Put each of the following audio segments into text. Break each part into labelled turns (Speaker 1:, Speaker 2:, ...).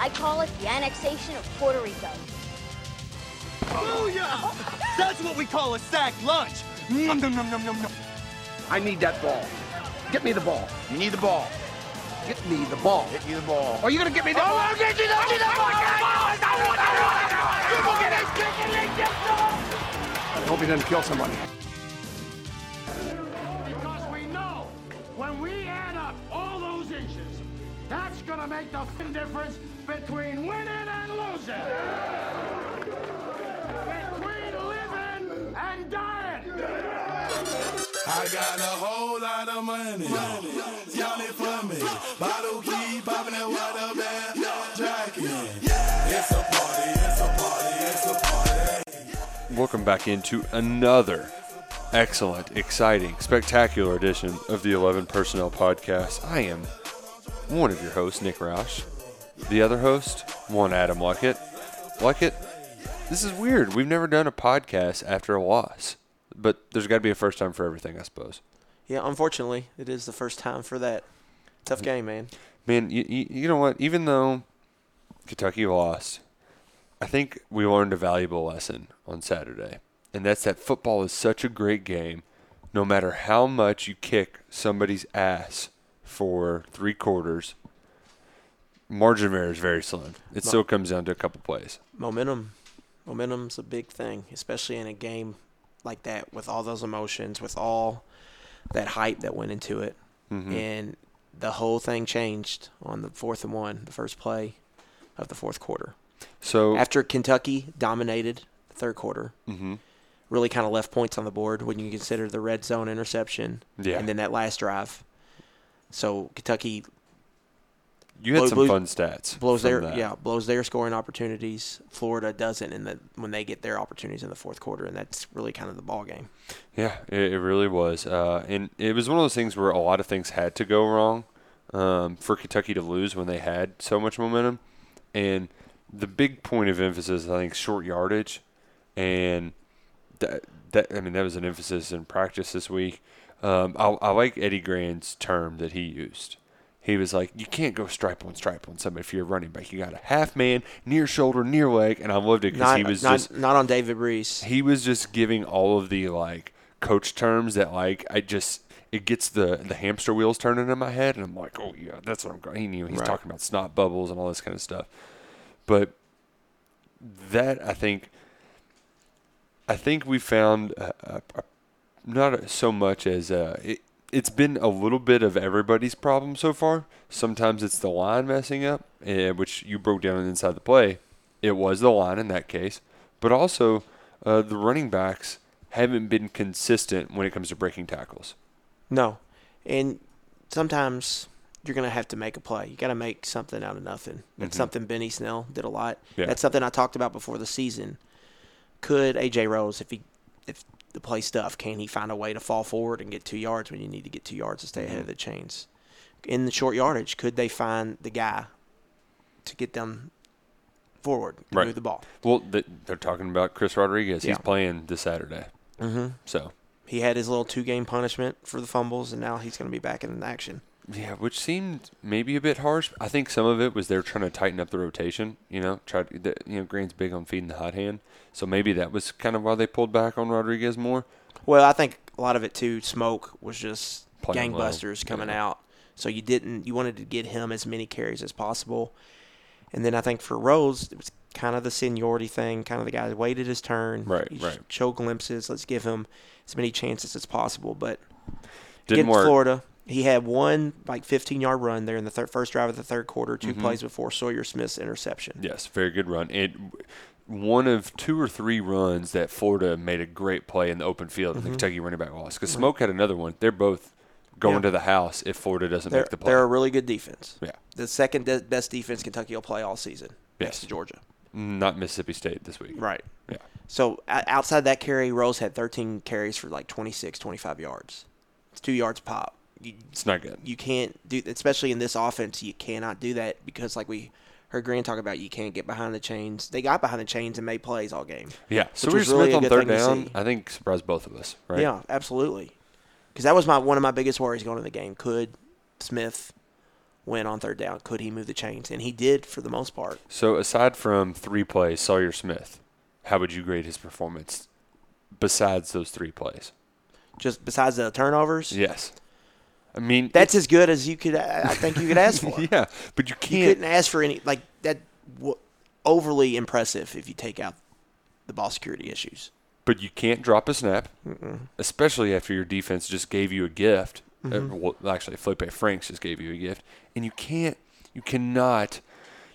Speaker 1: I call it the annexation of Puerto Rico.
Speaker 2: Booyah! That's what we call a sack lunch. Nom nom nom nom nom nom.
Speaker 3: I need that ball. Get me the ball.
Speaker 4: You need the ball.
Speaker 3: Get me the ball.
Speaker 4: Get you the ball.
Speaker 3: Are you gonna get me the ball? I hope he doesn't kill somebody.
Speaker 5: Because we know when we add up all those inches, that's gonna make the f***ing difference between winning and losing. Between living and dying.
Speaker 6: I got a whole lot of money. Y'all it for me. Bottle keep popping that water bag. Jacking. It's a party. It's a party. It's a party.
Speaker 7: Welcome back into another excellent, exciting, spectacular edition of the 11 Personnel Podcast. I am one of your hosts, Nick Roush. The other host, one Adam Luckett. Luckett, this is weird. We've never done a podcast after a loss, but there's got to be a first time for everything, I suppose.
Speaker 8: Yeah, unfortunately, it is the first time for that. Tough game, man.
Speaker 7: Man, you, you, you know what? Even though Kentucky lost, I think we learned a valuable lesson on Saturday. And that's that football is such a great game, no matter how much you kick somebody's ass for three quarters, margin of error is very slim. It still comes down to a couple plays.
Speaker 8: Momentum. Momentum's a big thing, especially in a game like that with all those emotions, with all that hype that went into it. And the whole thing changed on the fourth and one, the first play of the fourth quarter.
Speaker 7: So
Speaker 8: After Kentucky dominated the third quarter, really kind of left points on the board when you consider the red zone interception
Speaker 7: Yeah.
Speaker 8: and then that last drive. So Kentucky
Speaker 7: you had
Speaker 8: Blue-
Speaker 7: some
Speaker 8: Blue-
Speaker 7: fun stats.
Speaker 8: blows
Speaker 7: from
Speaker 8: their
Speaker 7: that.
Speaker 8: yeah blows their scoring opportunities. Florida doesn't in the when they get their opportunities in the fourth quarter, and that's really kind of the ball game.
Speaker 7: Yeah, it, it really was. Uh, and it was one of those things where a lot of things had to go wrong um, for Kentucky to lose when they had so much momentum. And the big point of emphasis, I think, short yardage. And that, that I mean, that was an emphasis in practice this week. Um, I, I like Eddie Grand's term that he used. He was like, you can't go stripe on stripe on somebody if you're a running back. You got a half man, near shoulder, near leg, and I loved it because
Speaker 8: Not
Speaker 7: he was
Speaker 8: not,
Speaker 7: just
Speaker 8: not on David Brees.
Speaker 7: he was just giving all of the like coach terms that like I just it gets the the hamster wheels turning in my head and I'm like, oh yeah, that's what I'm going. He knew he's
Speaker 8: Right.
Speaker 7: talking about snot bubbles and all this kind of stuff. But that I think I think we found a, a, a, not so much as uh it, it's been a little bit of everybody's problem so far. Sometimes it's the line messing up, eh, which you broke down inside the play. It was the line in that case, but also uh, the running backs haven't been consistent when it comes to breaking tackles.
Speaker 8: No, and sometimes you're gonna have to make a play. You got to make something out of nothing. That's something Benny Snell did a lot.
Speaker 7: Mm-hmm. Yeah.
Speaker 8: That's something I talked about before the season. Could AJ Rose, if he if the play stuff, can he find a way to fall forward and get two yards when you need to get two yards to stay
Speaker 7: Mm-hmm.
Speaker 8: ahead of the chains? In the short yardage, could they find the guy to get them forward, to
Speaker 7: Right.
Speaker 8: move the ball?
Speaker 7: Well, th- they're talking about Chris Rodriguez.
Speaker 8: Yeah.
Speaker 7: He's playing this Saturday. Mm-hmm. So
Speaker 8: He had his little two game punishment for the fumbles, and now he's going to be back in action.
Speaker 7: Yeah, which seemed maybe a bit harsh. I think some of it was they're trying to tighten up the rotation. You know, try to, the, you know Grant's big on feeding the hot hand, so maybe that was kind of why they pulled back on Rodriguez more.
Speaker 8: Well, I think a lot of it too. Smoke was just
Speaker 7: Playing well,
Speaker 8: gangbusters coming
Speaker 7: yeah.
Speaker 8: out, so you didn't. You wanted to get him as many carries as possible, and then I think for Rose, it was kind of the seniority thing. Kind of the guy that waited his turn.
Speaker 7: Right,
Speaker 8: You
Speaker 7: right.
Speaker 8: Show glimpses. Let's give him as many chances as possible. But
Speaker 7: Didn't
Speaker 8: against
Speaker 7: work.
Speaker 8: Florida, he had one like 15 yard run there in the thir- first drive of the third quarter,
Speaker 7: Mm-hmm.
Speaker 8: 2 plays before Sawyer Smith's interception.
Speaker 7: Yes, very good run. It one of two or three runs that Florida made a great play in the open field,
Speaker 8: Mm-hmm.
Speaker 7: and the Kentucky running back lost because Smoke had another one. They're both going
Speaker 8: Yeah.
Speaker 7: to the house if Florida doesn't
Speaker 8: They're,
Speaker 7: make the play.
Speaker 8: they're a really good defense.
Speaker 7: Yeah.
Speaker 8: The second de- best defense Kentucky will play all season.
Speaker 7: Yes.
Speaker 8: Next to Georgia.
Speaker 7: not Mississippi State this week.
Speaker 8: Right.
Speaker 7: Yeah.
Speaker 8: So o- outside that carry, Rose had 13 carries for like 26, 25 yards. It's two yards a pop. You,
Speaker 7: It's not good.
Speaker 8: you can't do, especially in this offense, you cannot do that because, like we heard Grant talk about, you can't get behind the chains. They got behind the chains and made plays all game.
Speaker 7: yeah. So
Speaker 8: which
Speaker 7: we were
Speaker 8: was really
Speaker 7: Smith
Speaker 8: a
Speaker 7: on
Speaker 8: good
Speaker 7: third
Speaker 8: thing to
Speaker 7: down.
Speaker 8: see.
Speaker 7: I think surprised both of us, right?
Speaker 8: Yeah, absolutely. Because that was my one of my biggest worries going into the game. Could Smith win on third down? Could he move the chains? And he did for the most part.
Speaker 7: So aside from three plays, Sawyer Smith, how would you grade his performance besides those three plays?
Speaker 8: Just besides the turnovers,
Speaker 7: Yes. I mean
Speaker 8: that's as good as you could. I I think you could ask for.
Speaker 7: yeah, but you
Speaker 8: You
Speaker 7: can't
Speaker 8: couldn't ask for any like that. W- overly impressive if you take out the ball security issues.
Speaker 7: but you can't drop a snap, especially after your defense just gave you a gift. Uh,
Speaker 8: Mm-hmm.
Speaker 7: well, actually, Felipe Franks just gave you a gift, and you can't, you cannot,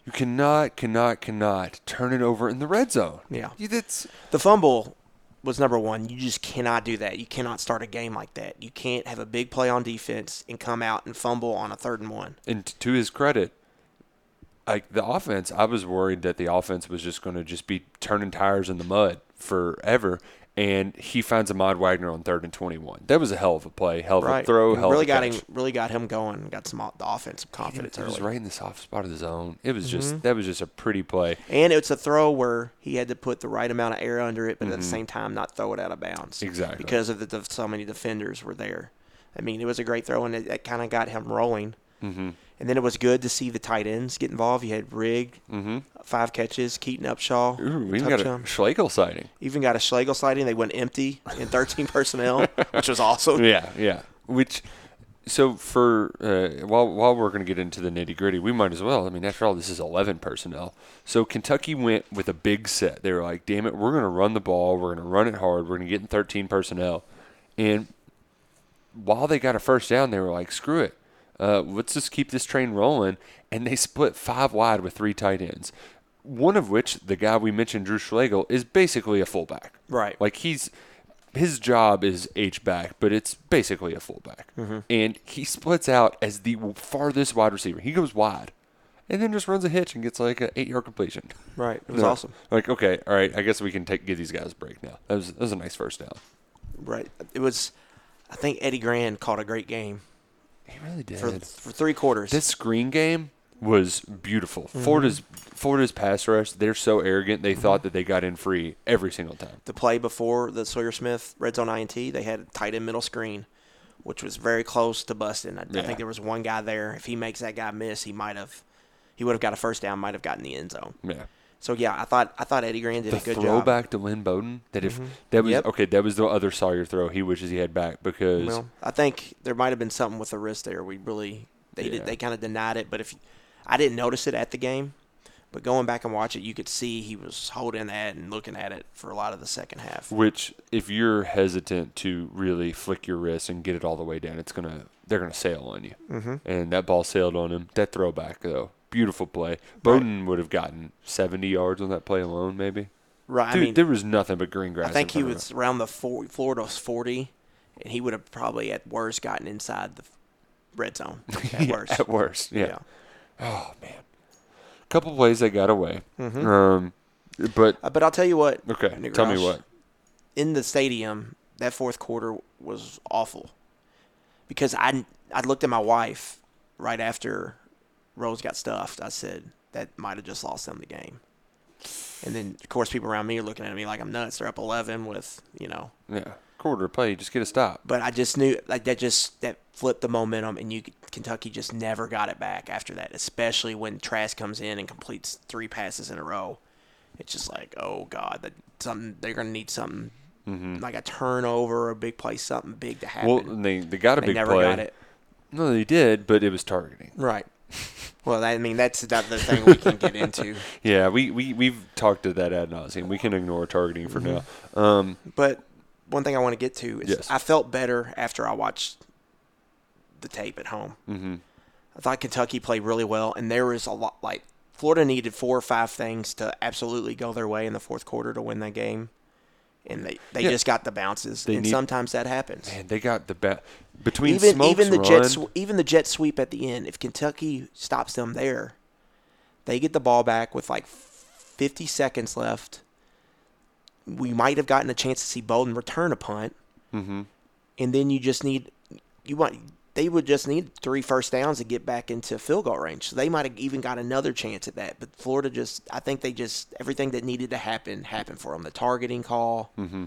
Speaker 7: you cannot, cannot, cannot turn it over in the red zone.
Speaker 8: Yeah.
Speaker 7: You- that's
Speaker 8: The fumble was number one. You just cannot do that. You cannot start a game like that. You can't have a big play on defense and come out and fumble on a third and one.
Speaker 7: and t- to his credit, like the offense, I was worried that the offense was just going to just be turning tires in the mud forever. And he finds Ahmad Wagner on third and twenty-one. That was a hell of a play, hell of a throw,
Speaker 8: It
Speaker 7: hell
Speaker 8: really
Speaker 7: of a
Speaker 8: got
Speaker 7: catch.
Speaker 8: him. Really got him going. Got some o- the offensive
Speaker 7: It
Speaker 8: confidence
Speaker 7: it was
Speaker 8: early. Mm-hmm.
Speaker 7: right in the soft spot of the zone. It was just that was just a pretty play.
Speaker 8: And it's a throw where he had to put the right amount of air under it, but at the same time not throw it out of bounds.
Speaker 7: Mm-hmm. Exactly.
Speaker 8: Because of the, the so many defenders were there. I mean, it was a great throw, and it, it kind of got him rolling. Mm-hmm. And then it was good to see the tight ends get involved. You had Rig, five catches. Keaton Upshaw,
Speaker 7: Mm-hmm. Ooh, we even got a
Speaker 8: touchdown.
Speaker 7: Schlegel sighting.
Speaker 8: even got a Schlegel sliding. They went empty in 13 personnel, which was awesome.
Speaker 7: Yeah, yeah. Which, so for uh, while while we're going to get into the nitty gritty, we might as well. I mean, after all, this is eleven personnel. So Kentucky went with a big set. They were like, "Damn it, we're going to run the ball. We're going to run it hard. We're going to get in thirteen personnel." And while they got a first down, they were like, "Screw it, uh, let's just keep this train rolling." And they split five wide with three tight ends. One of which, the guy we mentioned, Drew Schlegel, is basically a fullback.
Speaker 8: Right.
Speaker 7: Like he's his job is H back, but it's basically a fullback,
Speaker 8: Mm-hmm.
Speaker 7: and he splits out as the farthest wide receiver. He goes wide, and then just runs a hitch and gets like an eight yard completion.
Speaker 8: Right. It was
Speaker 7: Yeah.
Speaker 8: awesome.
Speaker 7: Like okay, all right, I guess we can take give these guys a break now. That was that was a nice first down.
Speaker 8: Right. It was. I think Eddie Grand caught a great game
Speaker 7: He really did.
Speaker 8: for, for three quarters.
Speaker 7: This screen game was beautiful. Florida's
Speaker 8: Mm-hmm.
Speaker 7: Florida's pass rush, they're so arrogant. They thought that they got in free every single time.
Speaker 8: the play before the Sawyer Smith red zone INT, they had a tight end middle screen, which was very close to busting. I, I
Speaker 7: Yeah.
Speaker 8: think there was one guy there. If he makes that guy miss, he might have, he would have got a first down, might have gotten the end zone.
Speaker 7: Yeah.
Speaker 8: So yeah, I thought I thought Eddie Grand did
Speaker 7: The
Speaker 8: a good job. Mm-hmm.
Speaker 7: throwback to Lynn Bowden that if that was
Speaker 8: Yep.
Speaker 7: okay, that was the other Sawyer throw he wishes he had back because
Speaker 8: Well, I think there might have been something with the wrist there. We really they
Speaker 7: Yeah.
Speaker 8: did, they kind of denied it, but if I didn't notice it at the game, but going back and watch it, you could see he was holding that and looking at it for a lot of the second half.
Speaker 7: which if you're hesitant to really flick your wrist and get it all the way down, it's gonna they're gonna sail on you. Mm-hmm. And that ball sailed on him. That throwback though, beautiful play. Bowden would have gotten 70 yards on that play alone, maybe.
Speaker 8: Right,
Speaker 7: Dude,
Speaker 8: I mean,
Speaker 7: there was nothing but green grass.
Speaker 8: I think
Speaker 7: in
Speaker 8: he
Speaker 7: front of him.
Speaker 8: was around the four, Florida was 40, and he would have probably at worst gotten inside the red zone. At worst.
Speaker 7: At worst, yeah.
Speaker 8: Yeah.
Speaker 7: couple plays they got away.
Speaker 8: Mm-hmm.
Speaker 7: Um, but
Speaker 8: Uh, but I'll tell you what.
Speaker 7: okay,
Speaker 8: Nick
Speaker 7: tell me
Speaker 8: Roush,
Speaker 7: what.
Speaker 8: In the stadium, that fourth quarter was awful because I I looked at my wife right after Rose got stuffed. I said that might have just lost them the game. And then of course people around me are looking at me like I'm nuts. They're up 11 with you know
Speaker 7: Yeah, quarter play, just get a stop.
Speaker 8: but I just knew like that just that flipped the momentum, and you Kentucky just never got it back after that, especially when Trask comes in and completes three passes in a row. It's just like, oh god, that something they're gonna need something like a turnover, a big play, something big to happen.
Speaker 7: Mm-hmm. Well, and they they got a
Speaker 8: they
Speaker 7: big
Speaker 8: never
Speaker 7: play.
Speaker 8: got it
Speaker 7: No, they did, but it was targeting.
Speaker 8: right. Well, I mean that's not the thing we can get into,
Speaker 7: Yeah, we we we've talked to that ad nauseum. We can ignore targeting
Speaker 8: Mm-hmm.
Speaker 7: for now. Um,
Speaker 8: but one thing I want to get to is
Speaker 7: Yes.
Speaker 8: I felt better after I watched the tape at home. Mm-hmm. I thought Kentucky played really well, and there was a lot like Florida needed four or five things to absolutely go their way in the fourth quarter to win that game, and they, they
Speaker 7: Yeah.
Speaker 8: just got the bounces,
Speaker 7: They
Speaker 8: and
Speaker 7: need-
Speaker 8: sometimes that happens.
Speaker 7: man, they got the bat between
Speaker 8: Even
Speaker 7: Smokes
Speaker 8: even the
Speaker 7: run,
Speaker 8: jet sw- even the jet sweep at the end, if Kentucky stops them there, they get the ball back with like f- 50 seconds left. We might have gotten a chance to see Bolden return a punt.
Speaker 7: Mm-hmm.
Speaker 8: And then you just need you want they would just need three first downs to get back into field goal range. So they might have even got another chance at that. But Florida just I think they just everything that needed to happen happened for them. The targeting call,
Speaker 7: Mm-hmm.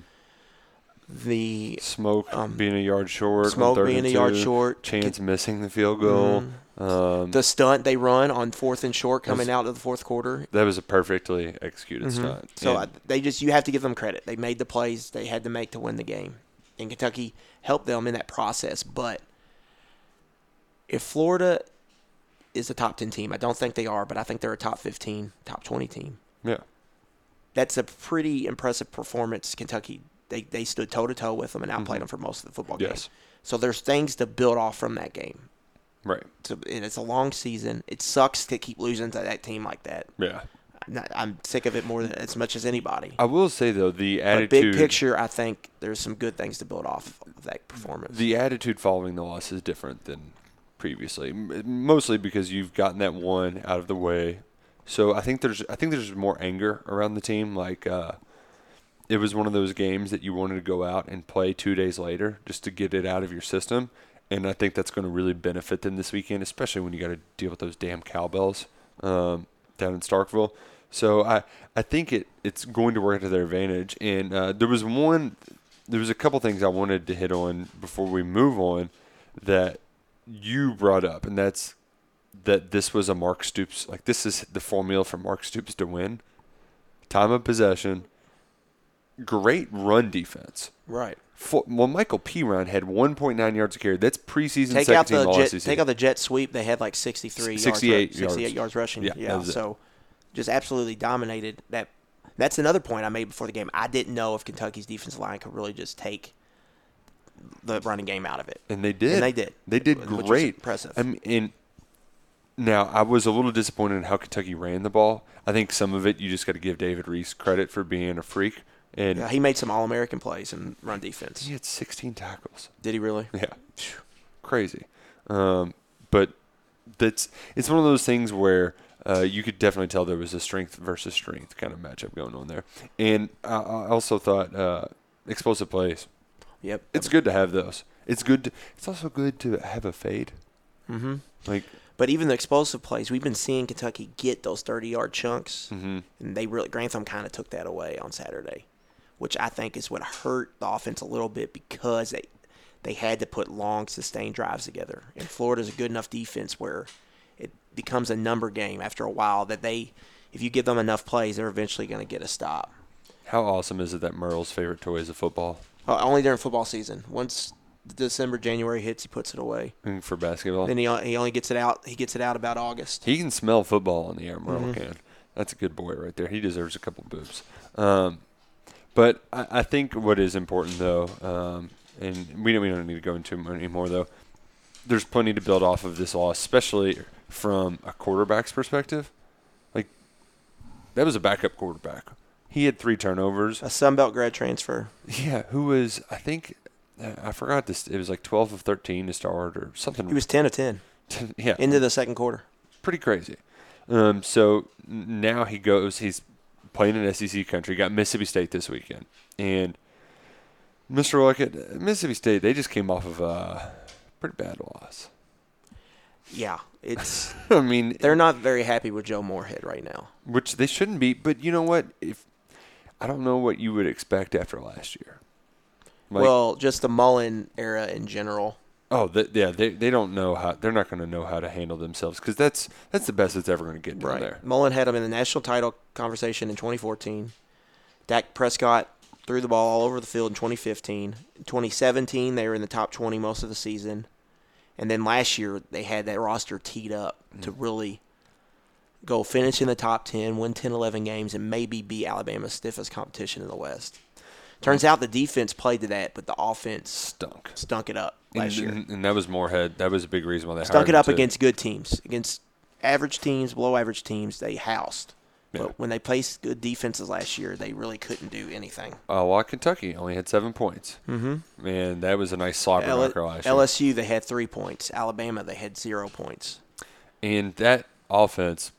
Speaker 8: the
Speaker 7: Smoke being a yard short. on
Speaker 8: um, Smoke
Speaker 7: third
Speaker 8: being
Speaker 7: and
Speaker 8: a yard
Speaker 7: two,
Speaker 8: short. Mm-hmm.
Speaker 7: Chance missing the field goal. Um,
Speaker 8: the stunt they run on fourth and short coming out of the fourth quarter.
Speaker 7: that was a perfectly executed stunt.
Speaker 8: Mm-hmm. So I,
Speaker 7: And
Speaker 8: they just you have to give them credit. They made the plays they had to make to win the game, and Kentucky helped them in that process. But if Florida is a top ten team, I don't think they are, but I think they're a top fifteen, top twenty team.
Speaker 7: yeah,
Speaker 8: That's a pretty impressive performance. Kentucky they they stood toe to toe with them and outplayed them for most of the football game.
Speaker 7: Mm-hmm. Yes.
Speaker 8: So there's things to build off from that game.
Speaker 7: right.
Speaker 8: It's a, and it's a long season. It sucks to keep losing to that team like that.
Speaker 7: Yeah.
Speaker 8: I'm, not, I'm sick of it more than, as much as anybody.
Speaker 7: I will say though the
Speaker 8: But
Speaker 7: attitude
Speaker 8: big picture, I think there's some good things to build off of that performance.
Speaker 7: the attitude following the loss is different than previously, m- mostly because you've gotten that one out of the way. So I think there's I think there's more anger around the team. Like uh, it was one of those games that you wanted to go out and play two days later just to get it out of your system, and I think that's going to really benefit them this weekend, especially when you got to deal with those damn cowbells um, down in Starkville. So I I think it it's going to work to their advantage. And uh, there was one there was a couple things I wanted to hit on before we move on that you brought up, and that's that this was a Mark Stoops like this is the formula for Mark Stoops to win. Time of possession, great run defense.
Speaker 8: right.
Speaker 7: For, well, Michael Piron had 1.9 yards a carry. That's preseason
Speaker 8: Take
Speaker 7: second
Speaker 8: out
Speaker 7: team
Speaker 8: the
Speaker 7: all
Speaker 8: jet,
Speaker 7: SEC.
Speaker 8: take out the jet sweep. They had like 63, yards ru-
Speaker 7: 68
Speaker 8: 68 yards,
Speaker 7: yards.
Speaker 8: rushing.
Speaker 7: Yeah,
Speaker 8: Yeah.
Speaker 7: that was it.
Speaker 8: so just absolutely dominated that. That's another point I made before the game. I didn't know if Kentucky's defensive line could really just take the running game out of it.
Speaker 7: And they did.
Speaker 8: And they did.
Speaker 7: They did
Speaker 8: Which was
Speaker 7: great.
Speaker 8: impressive.
Speaker 7: I mean, and now I was a little disappointed in how Kentucky ran the ball. I think some of it you just got to give David Reese credit for being a freak. And
Speaker 8: Yeah, he made some All American plays in run defense.
Speaker 7: he had 16 tackles.
Speaker 8: Did he really?
Speaker 7: Yeah, crazy. Um, but that's it's one of those things where uh, you could definitely tell there was a strength versus strength kind of matchup going on there. And I, I also thought uh, explosive plays.
Speaker 8: Yep.
Speaker 7: It's good to have those. It's good. To, it's also good to have a fade. Mm-hmm. Like
Speaker 8: But even the explosive plays, we've been seeing Kentucky get those 30 yard chunks. Mm-hmm. And they really, Grantham kind of took that away on Saturday, which I think is what hurt the offense a little bit because they, they had to put long, sustained drives together. And Florida's a good enough defense where it becomes a number game after a while that they, if you give them enough plays, they're eventually going to get a stop.
Speaker 7: How awesome is it that Merle's favorite toy is a football?
Speaker 8: Uh, only during football season. Once December, January hits, he puts it away.
Speaker 7: And for basketball,
Speaker 8: Then he, on- he only gets it out. He gets it out about August.
Speaker 7: he can smell football on the air. Merle
Speaker 8: Mm-hmm.
Speaker 7: can. That's a good boy right there. He deserves a couple boobs. Um, but I, I think what is important though, um, and we don't, we don't need to go into it anymore though. There's plenty to build off of this loss, especially from a quarterback's perspective. Like that was a backup quarterback. He had three turnovers.
Speaker 8: A Sunbelt grad transfer.
Speaker 7: Yeah, who was I think uh, I forgot this. It was like twelve of thirteen to start or something.
Speaker 8: He was 10 of 10
Speaker 7: yeah,
Speaker 8: into the second quarter.
Speaker 7: pretty crazy. Um, so n- now he goes. He's playing in SEC country. Got Mississippi State this weekend, and Mr. Luckett, Mississippi State. They just came off of a pretty bad loss.
Speaker 8: Yeah, it's
Speaker 7: I mean, e,
Speaker 8: they're not very happy with Joe Moorhead right now.
Speaker 7: which they shouldn't be. But you know what? If I don't know what you would expect after last year. Like,
Speaker 8: well, just the Mullen era in general.
Speaker 7: Oh, th yeah, they, they don't know how they're not going to know how to handle themselves because that's that's the best it's ever going to get down there.
Speaker 8: Mullen had him in the national title conversation in 2014. Dak Prescott threw the ball all over the field in 2015. In 2017, they were in the top 20 most of the season. And then last year, they had that roster teed up to
Speaker 7: Mm-hmm.
Speaker 8: really go finish in the top 10, win 10, 11 games, and maybe be Alabama's stiffest competition in the West. Turns
Speaker 7: Mm-hmm.
Speaker 8: out the defense played to that, but the offense
Speaker 7: Stunk.
Speaker 8: stunk it up
Speaker 7: And,
Speaker 8: last year.
Speaker 7: and- and that was Moorhead. That was a big reason why they hired
Speaker 8: Stunk it
Speaker 7: him,
Speaker 8: up
Speaker 7: too.
Speaker 8: against good teams, against average teams, below average teams. They housed,
Speaker 7: Yeah.
Speaker 8: but when they placed good defenses last year, they really couldn't do anything.
Speaker 7: Uh, well, Kentucky only had seven points. Mm-hmm. And that was a nice slobber
Speaker 8: L-
Speaker 7: knocker last year.
Speaker 8: LSU they had three points. Alabama they had zero points.
Speaker 7: and that offense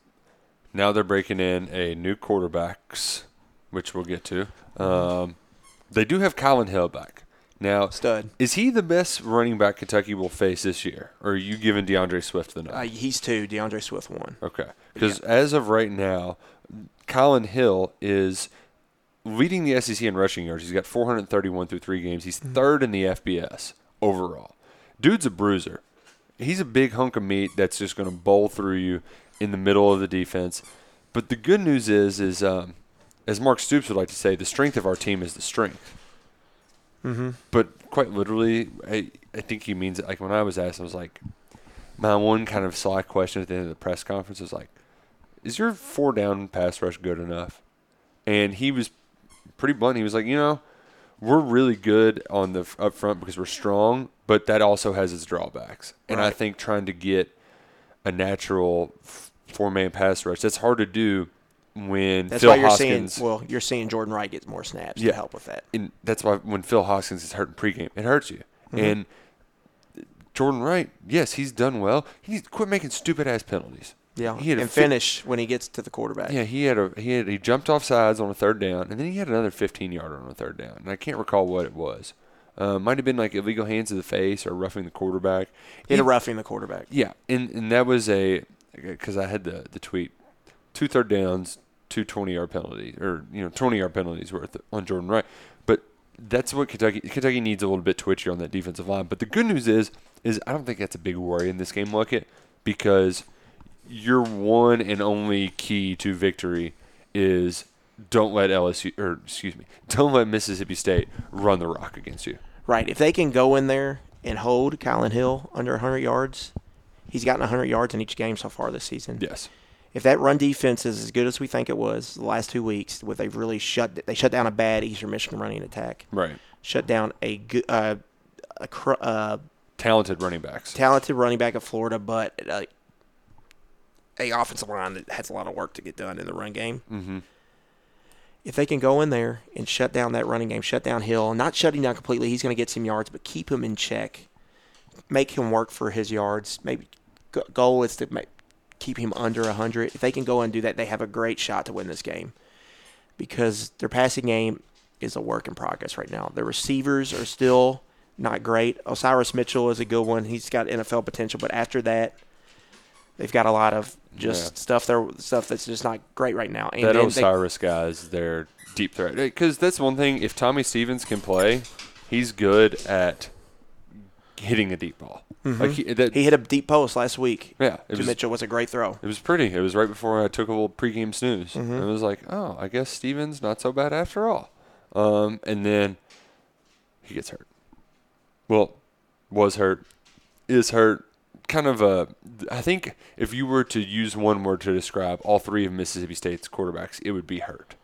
Speaker 7: Now they're breaking in a new quarterbacks, which we'll get to.
Speaker 8: Mm-hmm.
Speaker 7: Um, they do have Colin Hill back. Now,
Speaker 8: Stud.
Speaker 7: Is he the best running back Kentucky will face this year? Or are you giving DeAndre Swift the nod?
Speaker 8: Uh, he's two. DeAndre Swift one.
Speaker 7: Okay. Because as of right now, Colin Hill is leading the SEC in rushing yards. He's got 431 through three games. He's third in the FBS overall. Dude's a bruiser. He's a big hunk of meat that's just going to bowl through you in the middle of the defense. But the good news is, is um, as Mark Stoops would like to say, the strength of our team is the strength. But quite literally, I, I think he means it. Like when I was asked, I was like, my one kind of sly question at the end of the press conference was like, "Is your four down pass rush good enough?" And he was pretty blunt. He was like, "You know, we're really good on the f- up front because we're strong, but that also has its drawbacks." And I think trying to get a natural f- four man pass rush that's hard to do when
Speaker 8: That's
Speaker 7: Phil
Speaker 8: why you're
Speaker 7: Hoskins.
Speaker 8: seeing. Well, you're seeing Jordan Wright gets more snaps
Speaker 7: Yeah.
Speaker 8: to help with that.
Speaker 7: and that's why when Phil Hoskins is hurt in pregame, it hurts you.
Speaker 8: Mm-hmm.
Speaker 7: And Jordan Wright, yes, he's done well. He needs to quit making stupid ass penalties.
Speaker 8: Yeah,
Speaker 7: he had a
Speaker 8: and
Speaker 7: fif-
Speaker 8: finish when he gets to the quarterback.
Speaker 7: Yeah, he had a he had he jumped off sides on a third down, and then he had another 15 yarder on a third down, and I can't recall what it was. Uh, might have been like illegal hands to the face or roughing the quarterback.
Speaker 8: Hit a
Speaker 7: He-
Speaker 8: roughing the quarterback.
Speaker 7: yeah, and and that was a because I had the the tweet, two third downs, two 20 yard penalties, or you know 20 yard penalties worth on Jordan Wright. But that's what Kentucky Kentucky needs a little bit twitchier on that defensive line. But the good news is is I don't think that's a big worry in this game, Luckett, because your one and only key to victory is don't let LSU or excuse me, don't let Mississippi State run the rock against you.
Speaker 8: Right. If they can go in there and hold Colin Hill under 100 yards, he's gotten 100 yards in each game so far this season.
Speaker 7: Yes.
Speaker 8: If that run defense is as good as we think it was the last two weeks, where they've really shut they shut down a bad Eastern Michigan running attack,
Speaker 7: Right.
Speaker 8: shut down a good uh, a cr- uh,
Speaker 7: Talented running backs.
Speaker 8: talented running back of Florida, but uh, a offensive line that has a lot of work to get done in the run game. Mm-hmm. If they can go in there and shut down that running game, shut down Hill, not shutting down completely, he's going to get some yards, but keep him in check, make him work for his yards. Maybe go- goal is to make, keep him under hundred. If they can go and do that, they have a great shot to win this game because their passing game is a work in progress right now. Their receivers are still not great. Osiris Mitchell is a good one. He's got NFL potential, but after that, they've got a lot of just stuff there stuff that's just not great right now. And
Speaker 7: that
Speaker 8: then they-
Speaker 7: Osiris guy is their deep threat. Because that's one thing. If Tommy Stevens can play, he's good at hitting a deep ball. Like he, that,
Speaker 8: he hit a deep post last week.
Speaker 7: Yeah, it
Speaker 8: to
Speaker 7: was-
Speaker 8: Mitchell was a great throw.
Speaker 7: it was pretty. It was right before I took a little pregame snooze.
Speaker 8: Mm-hmm.
Speaker 7: And I was like, oh, I guess Stevens not so bad after all. Um, and then he gets hurt. Well, was hurt, is hurt. Kind of a, I think if you were to use one word to describe all three of Mississippi State's quarterbacks, it would be hurt.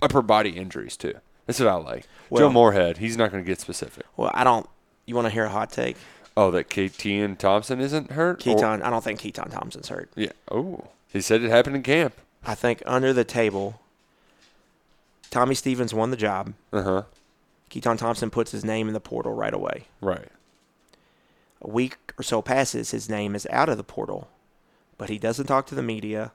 Speaker 7: Upper body injuries too. That's what I like. Joe
Speaker 8: Well-
Speaker 7: Moorhead, he's not going to get specific.
Speaker 8: Well, I don't. You want to hear a hot take?
Speaker 7: Oh, that KTN Thompson isn't hurt. Or-
Speaker 8: Keaton, I don't think Keaton Thompson's hurt.
Speaker 7: yeah. Oh, he said it happened in camp.
Speaker 8: I think under the table, Tommy Stevens won the job.
Speaker 7: Uh huh.
Speaker 8: Keaton Thompson puts his name in the portal right away.
Speaker 7: Right.
Speaker 8: A week or so passes, his name is out of the portal, but he doesn't talk to the media.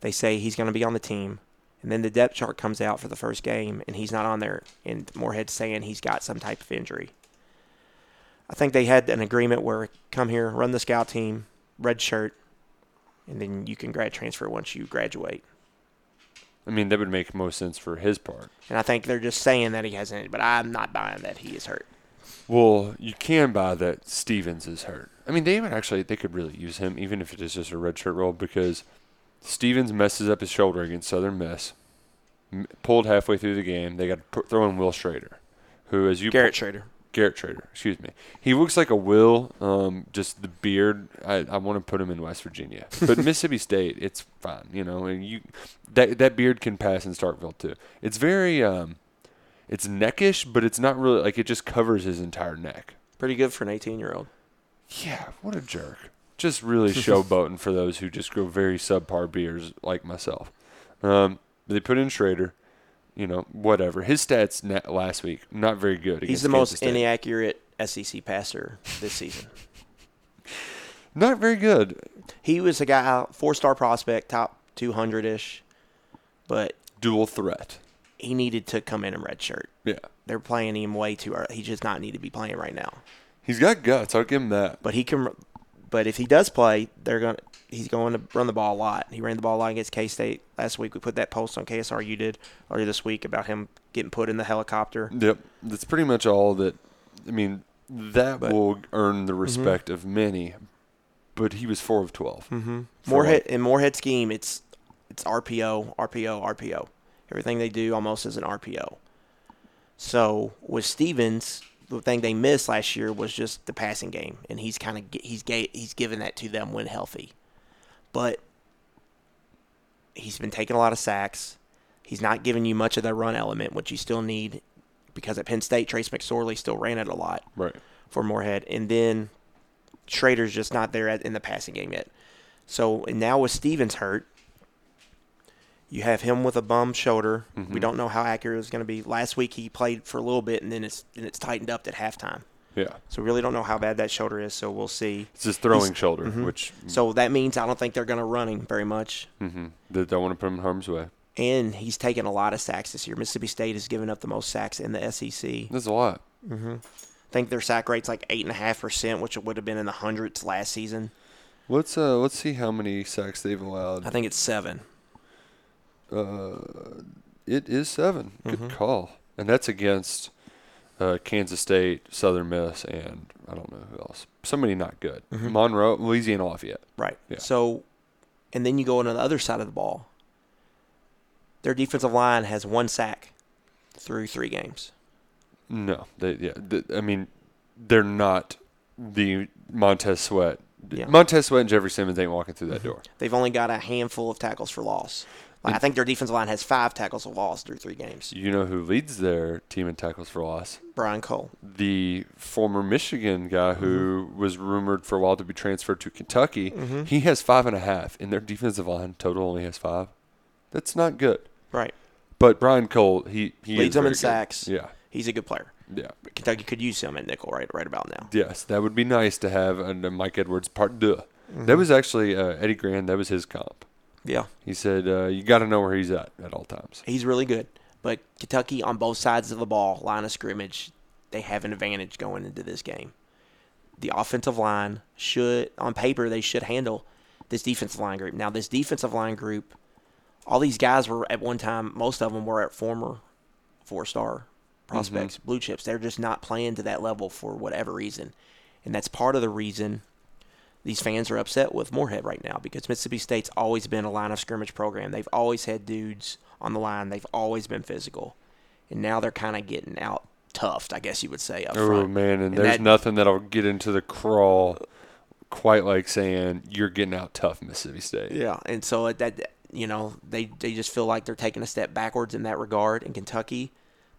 Speaker 8: They say he's going to be on the team. And then the depth chart comes out for the first game, and he's not on there. And Moorhead's saying he's got some type of injury. I think they had an agreement where come here, run the scout team, red shirt, and then you can grad transfer once you graduate.
Speaker 7: I mean, that would make most sense for his part.
Speaker 8: And I think they're just saying that he hasn't, but I'm not buying that he is hurt.
Speaker 7: Well, you can buy that Stevens is hurt. I mean, they even actually they could really use him, even if it is just a redshirt role, because Stevens messes up his shoulder against Southern Miss, m- pulled halfway through the game. They got to put, throw in Will Schrader, who, as you
Speaker 8: Garrett Schrader.
Speaker 7: Garrett Schrader, excuse me, he looks like a Will. Um, just the beard. I, I want to put him in West Virginia, but Mississippi State, it's fine, you know. And you that that beard can pass in Starkville too. It's very um, it's neckish, but it's not really like it just covers his entire neck.
Speaker 8: Pretty good for an 18 year old.
Speaker 7: Yeah, what a jerk. Just really showboating for those who just grow very subpar beers like myself. Um, they put in Schrader, you know, whatever. His stats na last week, not very good. against
Speaker 8: He's the
Speaker 7: Kansas
Speaker 8: most
Speaker 7: State.
Speaker 8: inaccurate SEC passer this season.
Speaker 7: Not very good.
Speaker 8: He was a guy, four star prospect, top 200 ish, but
Speaker 7: Dual threat.
Speaker 8: he needed to come in in red shirt.
Speaker 7: Yeah.
Speaker 8: They're playing him way too early. He just not need to be playing right now.
Speaker 7: He's got guts. I'll give him that.
Speaker 8: But he can. But if he does play, they're going. to He's going to run the ball a lot. He ran the ball a lot against K State last week. We put that post on KSR. You did earlier this week about him getting put in the helicopter.
Speaker 7: Yep. That's pretty much all that. I mean, that
Speaker 8: But-
Speaker 7: will earn the respect of many. But he was four of 12 Mm-hmm.
Speaker 8: Moorhead in Moorhead scheme, it's it's RPO, RPO, RPO. Everything they do almost is an RPO. So with Stevens, the thing they missed last year was just the passing game, and he's kind of he's ga- he's given that to them when healthy, but he's been taking a lot of sacks. He's not giving you much of that run element, which you still need because at Penn State, Trace McSorley still ran it a lot
Speaker 7: Right.
Speaker 8: for Moorhead, and then Schrader's just not there at, in the passing game yet. So and now with Stevens hurt, you have him with a bum shoulder. We don't know how accurate it's going to be. Last week he played for a little bit, and then it's and it's tightened up at halftime.
Speaker 7: Yeah.
Speaker 8: So we really don't know how bad that shoulder is. So we'll see.
Speaker 7: It's his throwing shoulder, which
Speaker 8: So that means I don't think they're going to run him very much.
Speaker 7: mm, they don't want to put him in harm's way.
Speaker 8: And he's taken a lot of sacks this year. Mississippi State has given up the most sacks in the SEC.
Speaker 7: That's a lot.
Speaker 8: think their sack rate's like eight and a half percent, which would have been in the hundreds last season.
Speaker 7: Let's uh let's see how many sacks they've allowed.
Speaker 8: I think it's seven.
Speaker 7: It is 7 Good call. And that's against uh, Kansas State, Southern Miss, and I don't know who else. Somebody not good. Monroe, Louisiana Lafayette.
Speaker 8: Right.
Speaker 7: Yeah.
Speaker 8: So, and then you go on the other side of the ball. Their defensive line has one sack through three games.
Speaker 7: No, they yeah. th I mean, they're not the Montez Sweat.
Speaker 8: Yeah. Mm-hmm.
Speaker 7: Montez Sweat and Jeffrey Simmons ain't walking through that door.
Speaker 8: They've only got a handful of tackles for loss. Like, I think their defensive line has five tackles for loss through three games.
Speaker 7: You know who leads their team in tackles for loss?
Speaker 8: Brian Cole.
Speaker 7: The former Michigan guy who
Speaker 8: Mm-hmm.
Speaker 7: was rumored for a while to be transferred to Kentucky. He has five and a half, and their defensive line total only has five. That's not good.
Speaker 8: Right.
Speaker 7: But Brian Cole, he he
Speaker 8: Leads
Speaker 7: is
Speaker 8: them in
Speaker 7: very good.
Speaker 8: sacks.
Speaker 7: Yeah,
Speaker 8: He's a good player.
Speaker 7: yeah.
Speaker 8: Kentucky could use him at nickel right right about now.
Speaker 7: Yes, that would be nice to have under Mike Edwards part 2
Speaker 8: Mm-hmm.
Speaker 7: That was actually uh, Eddie Grand. That was his comp.
Speaker 8: Yeah.
Speaker 7: He said, uh, "You got to know where he's at at all times."
Speaker 8: He's really good. But Kentucky on both sides of the ball, line of scrimmage, they have an advantage going into this game. The offensive line should, on paper, they should handle this defensive line group. Now, this defensive line group, all these guys were at one time, most of them were at former four star
Speaker 7: Mm-hmm.
Speaker 8: prospects, blue chips. They're just not playing to that level for whatever reason. And that's part of the reason these fans are upset with Moorhead right now because Mississippi State's always been a line of scrimmage program. They've always had dudes on the line. They've always been physical, and now they're kind of getting out toughed, I guess you would say. Up
Speaker 7: Oh
Speaker 8: front.
Speaker 7: man, and, there's
Speaker 8: that-
Speaker 7: nothing that'll get into the crawl quite like saying you're getting out tough, Mississippi State.
Speaker 8: Yeah, and so it- that you know they they just feel like they're taking a step backwards in that regard. And Kentucky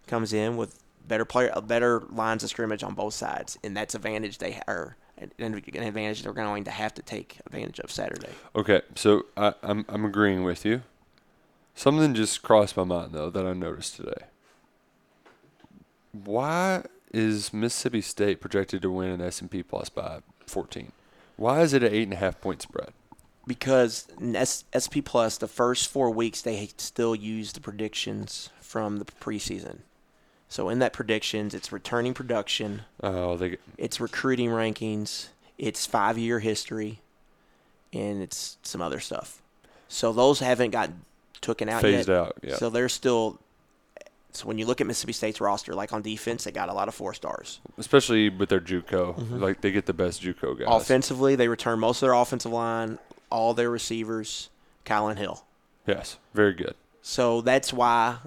Speaker 8: comes in with better player, uh, better lines of scrimmage on both sides, and that's advantage they are an an advantage they're going to have to take advantage of Saturday.
Speaker 7: Okay, so I, I'm I'm agreeing with you. Something just crossed my mind though that I noticed today. Why is Mississippi State projected to win an S and P plus by 14? Why is it an eight and a half point spread?
Speaker 8: because in S- SP Plus, the first four weeks, they still use the predictions from the preseason. So in that predictions, it's returning production,
Speaker 7: Oh, they
Speaker 8: it's recruiting rankings, it's five year history, and it's some other stuff. So those haven't gotten taken out
Speaker 7: Phased
Speaker 8: yet.
Speaker 7: out, yeah.
Speaker 8: So they're still. So when you look at Mississippi State's roster, like on defense, they got a lot of four stars.
Speaker 7: especially with their JUCO,
Speaker 8: Mm-hmm.
Speaker 7: like they get the best JUCO guys.
Speaker 8: Offensively, they return most of their offensive line, all their receivers, Kylan Hill.
Speaker 7: Yes, very good.
Speaker 8: So that's why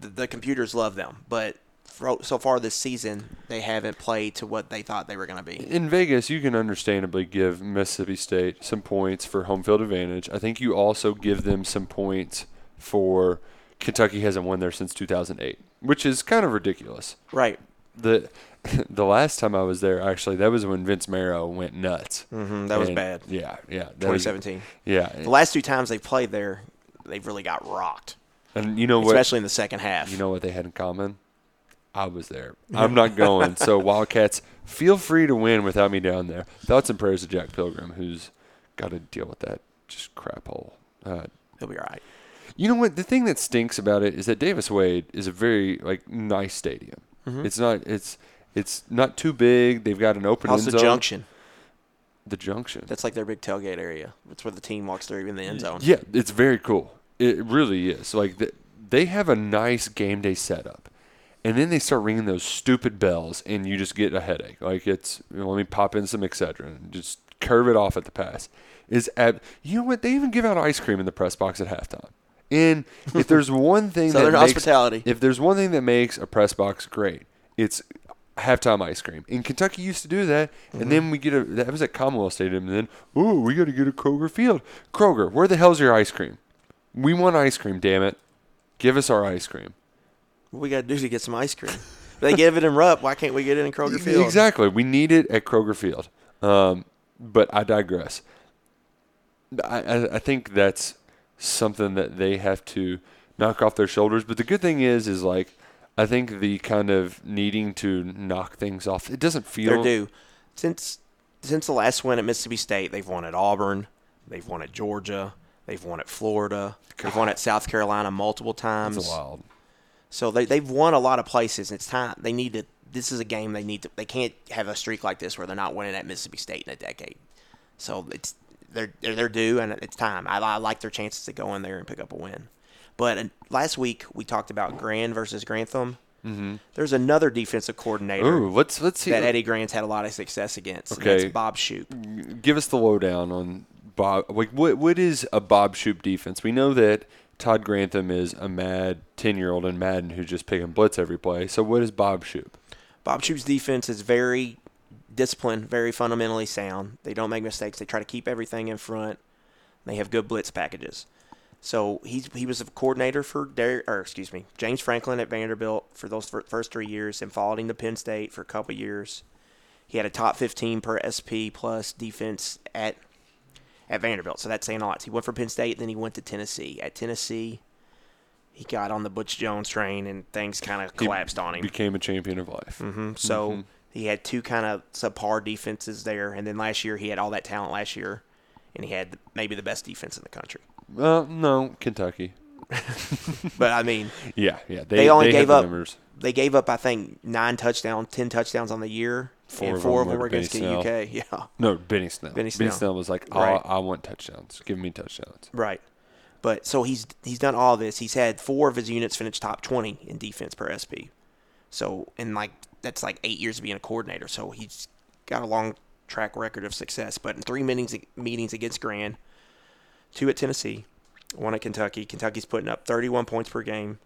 Speaker 8: the, the computers love them. But fro so far this season, they haven't played to what they thought they were going to be.
Speaker 7: in Vegas, you can understandably give Mississippi State some points for home field advantage. I think you also give them some points for Kentucky hasn't won there since 2008, which is kind of ridiculous.
Speaker 8: Right.
Speaker 7: The the last time I was there, actually, that was when Vince Marrow went nuts.
Speaker 8: Mm-hmm, that was
Speaker 7: And-
Speaker 8: bad.
Speaker 7: Yeah, yeah. that was-
Speaker 8: 2017. The
Speaker 7: Yeah,
Speaker 8: last two times they've played there, they've really got rocked,
Speaker 7: and you know what?
Speaker 8: especially in the second half.
Speaker 7: You know what they had in common? I was there. I'm not going. so Wildcats, feel free to win without me down there. Thoughts and prayers to Jack Pilgrim, who's got to deal with that just crap hole Uh,
Speaker 8: He'll be all right.
Speaker 7: you know what? The thing that stinks about it is that Davis Wade is a very like nice stadium. It's not. It's it's not too big. They've got an open
Speaker 8: How's
Speaker 7: end
Speaker 8: the
Speaker 7: zone.
Speaker 8: junction?
Speaker 7: The junction.
Speaker 8: That's like their big tailgate area. That's where the team walks through in the end zone.
Speaker 7: Yeah, it's very cool. It really is. Like th they have a nice game day setup, and then they start ringing those stupid bells, and you just get a headache. Like it's you know, let me pop in some Excedrin, and just curve it off at the pass. Is ab- you know what? They even give out ice cream in the press box at halftime. And if there's one thing that
Speaker 8: Southern
Speaker 7: makes,
Speaker 8: hospitality.
Speaker 7: if there's one thing that makes a press box great, it's halftime ice cream. And Kentucky used to do that,
Speaker 8: Mm-hmm.
Speaker 7: and then we get a that was at Commonwealth Stadium, and then ooh, we got to get a Kroger Field. Kroger, where the hell's your ice cream? We want ice cream, damn it! Give us our ice cream.
Speaker 8: What we got to do to get some ice cream? they give it in Rupp. Why can't we get it in Kroger Field?
Speaker 7: E, Exactly, we need it at Kroger Field. Um, but I digress. I, I, I think that's something that they have to knock off their shoulders. But the good thing is, is like. I think the kind of needing to knock things off, it doesn't feel
Speaker 8: They're due. Since since the last win at Mississippi State, they've won at Auburn, they've won at Georgia, they've won at Florida, they've won at South Carolina multiple times.
Speaker 7: It's wild.
Speaker 8: So they they've won a lot of places. and It's time they need to. This is a game they need to. They can't have a streak like this where they're not winning at Mississippi State in a decade. So it's they're they're, they're due and it's time. I, I like their chances to go in there and pick up a win. But uh, last week we talked about Grand versus Grantham. Mm-hmm. There's another defensive coordinator
Speaker 7: Ooh, let's let's see.
Speaker 8: that Eddie Grant's had a lot of success against. and
Speaker 7: Okay.
Speaker 8: that's Bob Shoop.
Speaker 7: Give us the lowdown on Bob. Like, what what is a Bob Shoop defense? We know that Todd Grantham is a mad ten year old in Madden who's just picking blitz every play. So what is Bob Shoop?
Speaker 8: Bob Shoop's defense is very disciplined, very fundamentally sound. They don't make mistakes. They try to keep everything in front. They have good blitz packages. So he's he was a coordinator for Der, or excuse me, James Franklin at Vanderbilt for those fir- first three years, and followed him to Penn State for a couple years. He had a top 15 per SP plus defense at at Vanderbilt, so that's saying a lot. He went from Penn State, then he went to Tennessee. At Tennessee, he got on the Butch Jones train, and things kind of
Speaker 7: He
Speaker 8: collapsed on him.
Speaker 7: Became a champion of life.
Speaker 8: So
Speaker 7: Mm-hmm.
Speaker 8: he had two kind of subpar defenses there, and then last year he had all that talent last year, and he had maybe the best defense in the country.
Speaker 7: Uh, no, Kentucky.
Speaker 8: But I mean,
Speaker 7: Yeah, yeah. They,
Speaker 8: they, only
Speaker 7: they had
Speaker 8: gave
Speaker 7: the
Speaker 8: up.
Speaker 7: numbers.
Speaker 8: They gave up, I think, nine touchdowns, ten touchdowns on the year,
Speaker 7: Four
Speaker 8: and
Speaker 7: of
Speaker 8: four
Speaker 7: them
Speaker 8: of them
Speaker 7: were
Speaker 8: were
Speaker 7: to
Speaker 8: against
Speaker 7: Benny
Speaker 8: the UK. Yeah,
Speaker 7: No, Benny Snell.
Speaker 8: Benny Snell.
Speaker 7: was like, "Ah, I,
Speaker 8: Right.
Speaker 7: I want touchdowns. Give me touchdowns.
Speaker 8: right. But so he's he's done all this. He's had four of his units finish top twenty in defense per SP. So and like that's like eight years of being a coordinator. So he's got a long track record of success. But in three meetings meetings against Grand, two at Tennessee, one at Kentucky. Kentucky's putting up 31 points per game,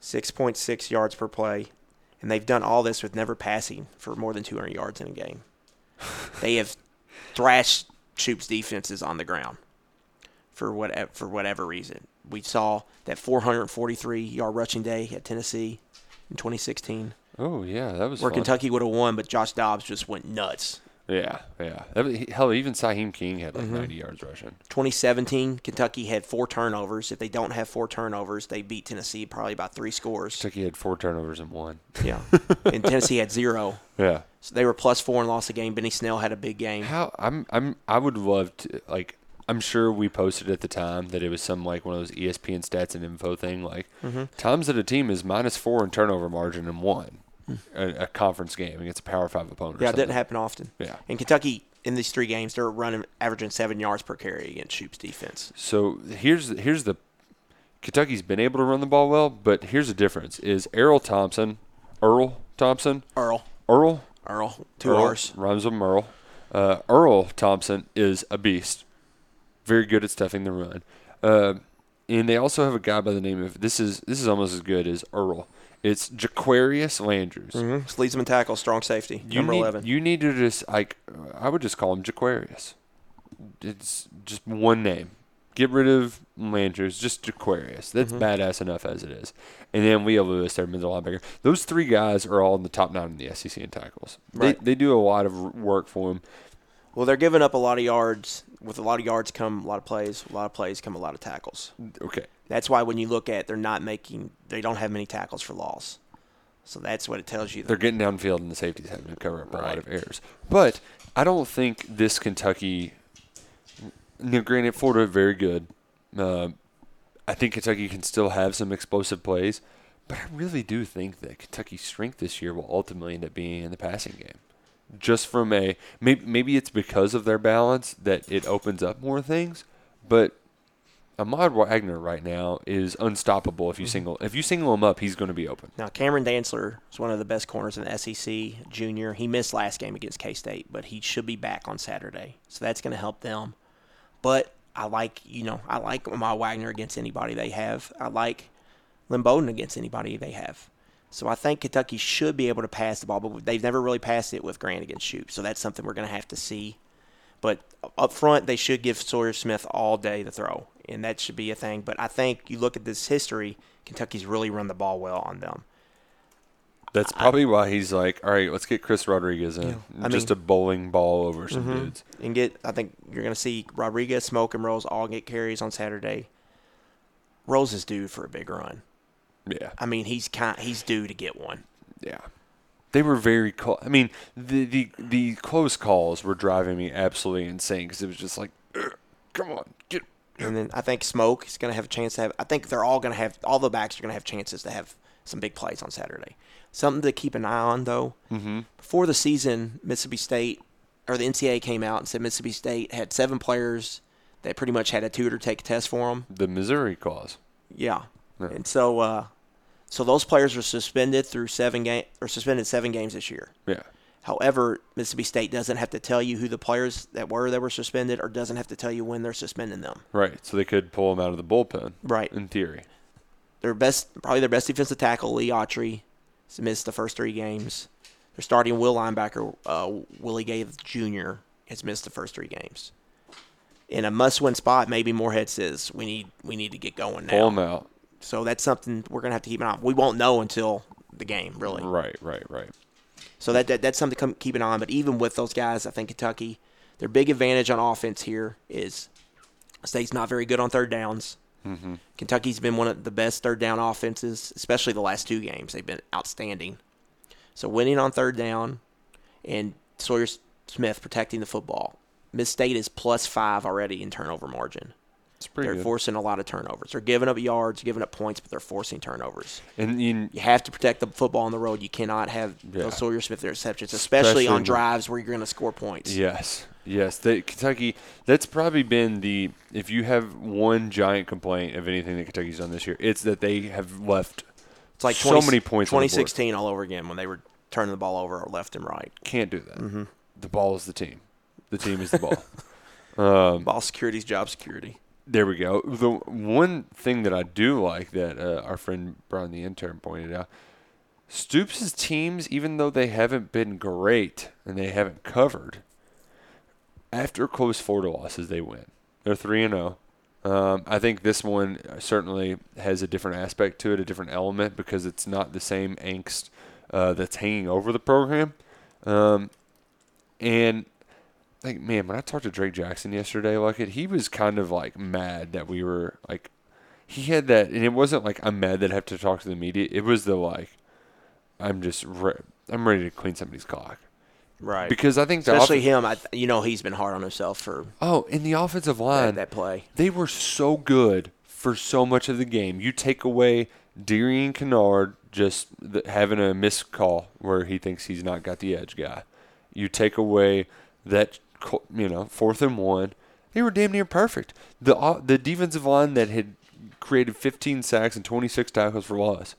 Speaker 8: 6.6 yards per play, and they've done all this with never passing for more than 200 yards in a game. they have thrashed Shoop's defenses on the ground for whatever for whatever reason. We saw that 443 yard rushing day at Tennessee in 2016,
Speaker 7: Oh yeah, that was
Speaker 8: where
Speaker 7: fun.
Speaker 8: Kentucky would have won, but Josh Dobbs just went nuts.
Speaker 7: Yeah, yeah. That was- hell, even Saheem King had like
Speaker 8: Mm-hmm.
Speaker 7: 90 yards rushing.
Speaker 8: 2017, Kentucky had four turnovers. If they don't have four turnovers, they beat Tennessee probably by three scores.
Speaker 7: Kentucky had four turnovers and one.
Speaker 8: Yeah, and Tennessee had zero,
Speaker 7: Yeah.
Speaker 8: so they were plus four and lost the game. Benny Snell had a big game.
Speaker 7: How I'm I'm I would love to like I'm sure we posted at the time that it was some like one of those E ESPN stats and info thing like
Speaker 8: Mm-hmm.
Speaker 7: times that a team is minus four in turnover margin and one a, a conference game against a power five opponent. or
Speaker 8: Mm. Yeah, it didn't
Speaker 7: something.
Speaker 8: happen often.
Speaker 7: Yeah.
Speaker 8: and Kentucky in these three games, they're running averaging seven yards per carry against Shoop's defense.
Speaker 7: So here's here's the Kentucky's been able to run the ball well, but here's the difference: is Errol Thompson, Earl Thompson,
Speaker 8: Earl,
Speaker 7: Earl
Speaker 8: Earl, two
Speaker 7: Earl,
Speaker 8: R's.
Speaker 7: Rhymes with Merle. Uh, Earl Thompson is a beast. Very good at stuffing the run. Uh, and they also have a guy by the name of this is this is almost as good as Earl. It's Jaquarius Landrews.
Speaker 8: Just leads them in tackle, strong safety,
Speaker 7: You
Speaker 8: number
Speaker 7: need,
Speaker 8: eleven.
Speaker 7: You need to just like I would just call him Jaquarius. It's just one name. Get rid of Landrews, just Jaquarius. That's
Speaker 8: Mm-hmm.
Speaker 7: badass enough as it is. And then we have Lewis, their middle linebacker. Those three guys are all in the top nine in the SEC in tackles.
Speaker 8: Right.
Speaker 7: They, they do a lot of r- work for him.
Speaker 8: well, they're giving up a lot of yards. With a lot of yards come a lot of plays. A lot of plays come a lot of tackles.
Speaker 7: Okay.
Speaker 8: That's why when you look at, they're not making, they don't have many tackles for loss. So that's what it tells you.
Speaker 7: They're getting downfield and the safeties having to cover up a lot of errors. But I don't think this Kentucky now granted Florida very good. Uh, I think Kentucky can still have some explosive plays, but I really do think that Kentucky's strength this year will ultimately end up being in the passing game. Just from a maybe, maybe it's because of their balance that it opens up more things, but Ahmad Wagner right now is unstoppable. If you single if you single him up, he's going to be open.
Speaker 8: Now, Cameron Dansler is one of the best corners in the SEC junior. He missed last game against K State, but he should be back on Saturday. So that's going to help them. But I like, you know, I like my Wagner against anybody they have. I like Limboden against anybody they have. So I think Kentucky should be able to pass the ball, but they've never really passed it with Grant against Shoop. So that's something we're going to have to see. But up front, they should give Sawyer Smith all day to throw, and that should be a thing. But I think you look at this history, Kentucky's really run the ball well on them.
Speaker 7: That's probably why he's like, all right, let's get Chris Rodriguez in,
Speaker 8: I
Speaker 7: just
Speaker 8: mean- Mm-hmm.
Speaker 7: a bowling ball over some dudes.
Speaker 8: and get. I think you're going to see Rodriguez, Smoke, and Rose all get carries on Saturday. Rose is due for a big run.
Speaker 7: Yeah,
Speaker 8: I mean, he's kind, he's due to get one.
Speaker 7: yeah. They were very close. I mean, the, the the close calls were driving me absolutely insane because it was just like, "Ugh, come on, get
Speaker 8: And then I think Smoke is going to have a chance to have. I think they're all going to have. All the backs are going to have chances to have some big plays on Saturday. Something to keep an eye on, though. Mm-hmm. Before the season, Mississippi State or the NCAA came out and said Mississippi State had seven players that pretty much had a tutor take a test for them.
Speaker 7: the Missouri clause.
Speaker 8: Yeah. And so, uh, so those players were suspended through seven game or suspended seven games this year.
Speaker 7: Yeah,
Speaker 8: However, Mississippi State doesn't have to tell you who the players that were that were suspended, or doesn't have to tell you when they're suspending them.
Speaker 7: right. So they could pull him out of the bullpen.
Speaker 8: Right.
Speaker 7: In theory.
Speaker 8: Their best, probably their best defensive tackle, Lee Autry, has missed the first three games. Their starting will linebacker, uh, Willie Gay Jr., has missed the first three games. In a must-win spot, maybe Moorhead says we need we need to get going now.
Speaker 7: Pull him out.
Speaker 8: So that's something we're gonna have to keep an eye. on. We won't know until the game, really.
Speaker 7: Right, right, right.
Speaker 8: So that, that that's something to come, keep an eye on. But even with those guys, I think Kentucky, their big advantage on offense here is State's not very good on third downs.
Speaker 7: Mm-hmm.
Speaker 8: Kentucky's been one of the best third down offenses, especially the last two games. They've been outstanding. So winning on third down and Sawyer Smith protecting the football. Miss State is plus five already in turnover margin.
Speaker 7: It's pretty
Speaker 8: they're
Speaker 7: good.
Speaker 8: forcing a lot of turnovers. They're giving up yards, giving up points, but they're forcing turnovers
Speaker 7: and you,
Speaker 8: you have to protect the football on the road. You cannot have
Speaker 7: Yeah.
Speaker 8: those Sawyer Smith interceptions, especially,
Speaker 7: Especially
Speaker 8: on
Speaker 7: in-
Speaker 8: drives where you're going to score points.
Speaker 7: Yes, yes. They, Kentucky. That's probably been the. If you have one giant complaint of anything that Kentucky's done this year, it's that they have left.
Speaker 8: It's like
Speaker 7: so
Speaker 8: 20
Speaker 7: many points. on the board.
Speaker 8: 2016 all over again when they were turning the ball over left and right.
Speaker 7: can't do that. The ball is the team. The team is the ball. Um,
Speaker 8: Ball security's job security.
Speaker 7: There we go. The one thing that I do like that uh, our friend Brian the intern pointed out, Stoops' teams, even though they haven't been great and they haven't covered, after close Florida losses, they win. They're three and zero. Um, I think this one certainly has a different aspect to it, a different element because it's not the same angst uh, that's hanging over the program. Um, and like man, when I talked to Drake Jackson yesterday, like it, he was kind of like mad that we were like he had that, and it wasn't like I'm mad that I have to talk to the media. It was the like I'm just re- I'm ready to clean somebody's cock
Speaker 8: Right.
Speaker 7: because I think the
Speaker 8: especially
Speaker 7: offen-
Speaker 8: him, I, you know, he's been hard on himself for
Speaker 7: Oh, in the offensive
Speaker 8: that,
Speaker 7: line,
Speaker 8: that play.
Speaker 7: they were so good for so much of the game. You take away Deary and Kennard just th- having a missed call where he thinks he's not got the edge guy. You take away that co- you know fourth and one. They were damn near perfect. The o- the defensive line that had created 15 sacks and 26 tackles for loss.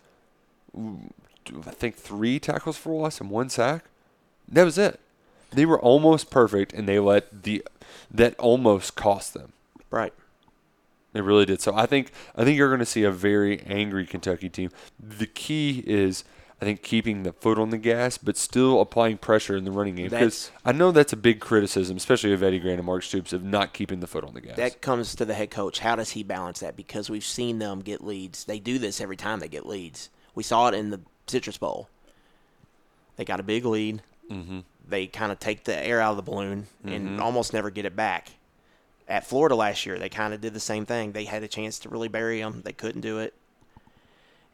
Speaker 7: Mm, I think three tackles for loss and one sack. That was it. They were almost perfect, and they let the that almost cost them.
Speaker 8: Right.
Speaker 7: It really did. So I think I think you're going to see a very angry Kentucky team. The key is I think keeping the foot on the gas, but still applying pressure in the running game. Because
Speaker 8: That's-
Speaker 7: I know that's a big criticism, especially of Eddie Grant and Mark Stoops, of not keeping the foot on the gas.
Speaker 8: That comes to the head coach. How does he balance that? Because we've seen them get leads. They do this every time they get leads. We saw it in the Citrus Bowl. They got a big lead. Mm-hmm. They kind of take the air out of the balloon and almost never get it back. At Florida last year, they kind of did the same thing. They had a chance to really bury them. They couldn't do it.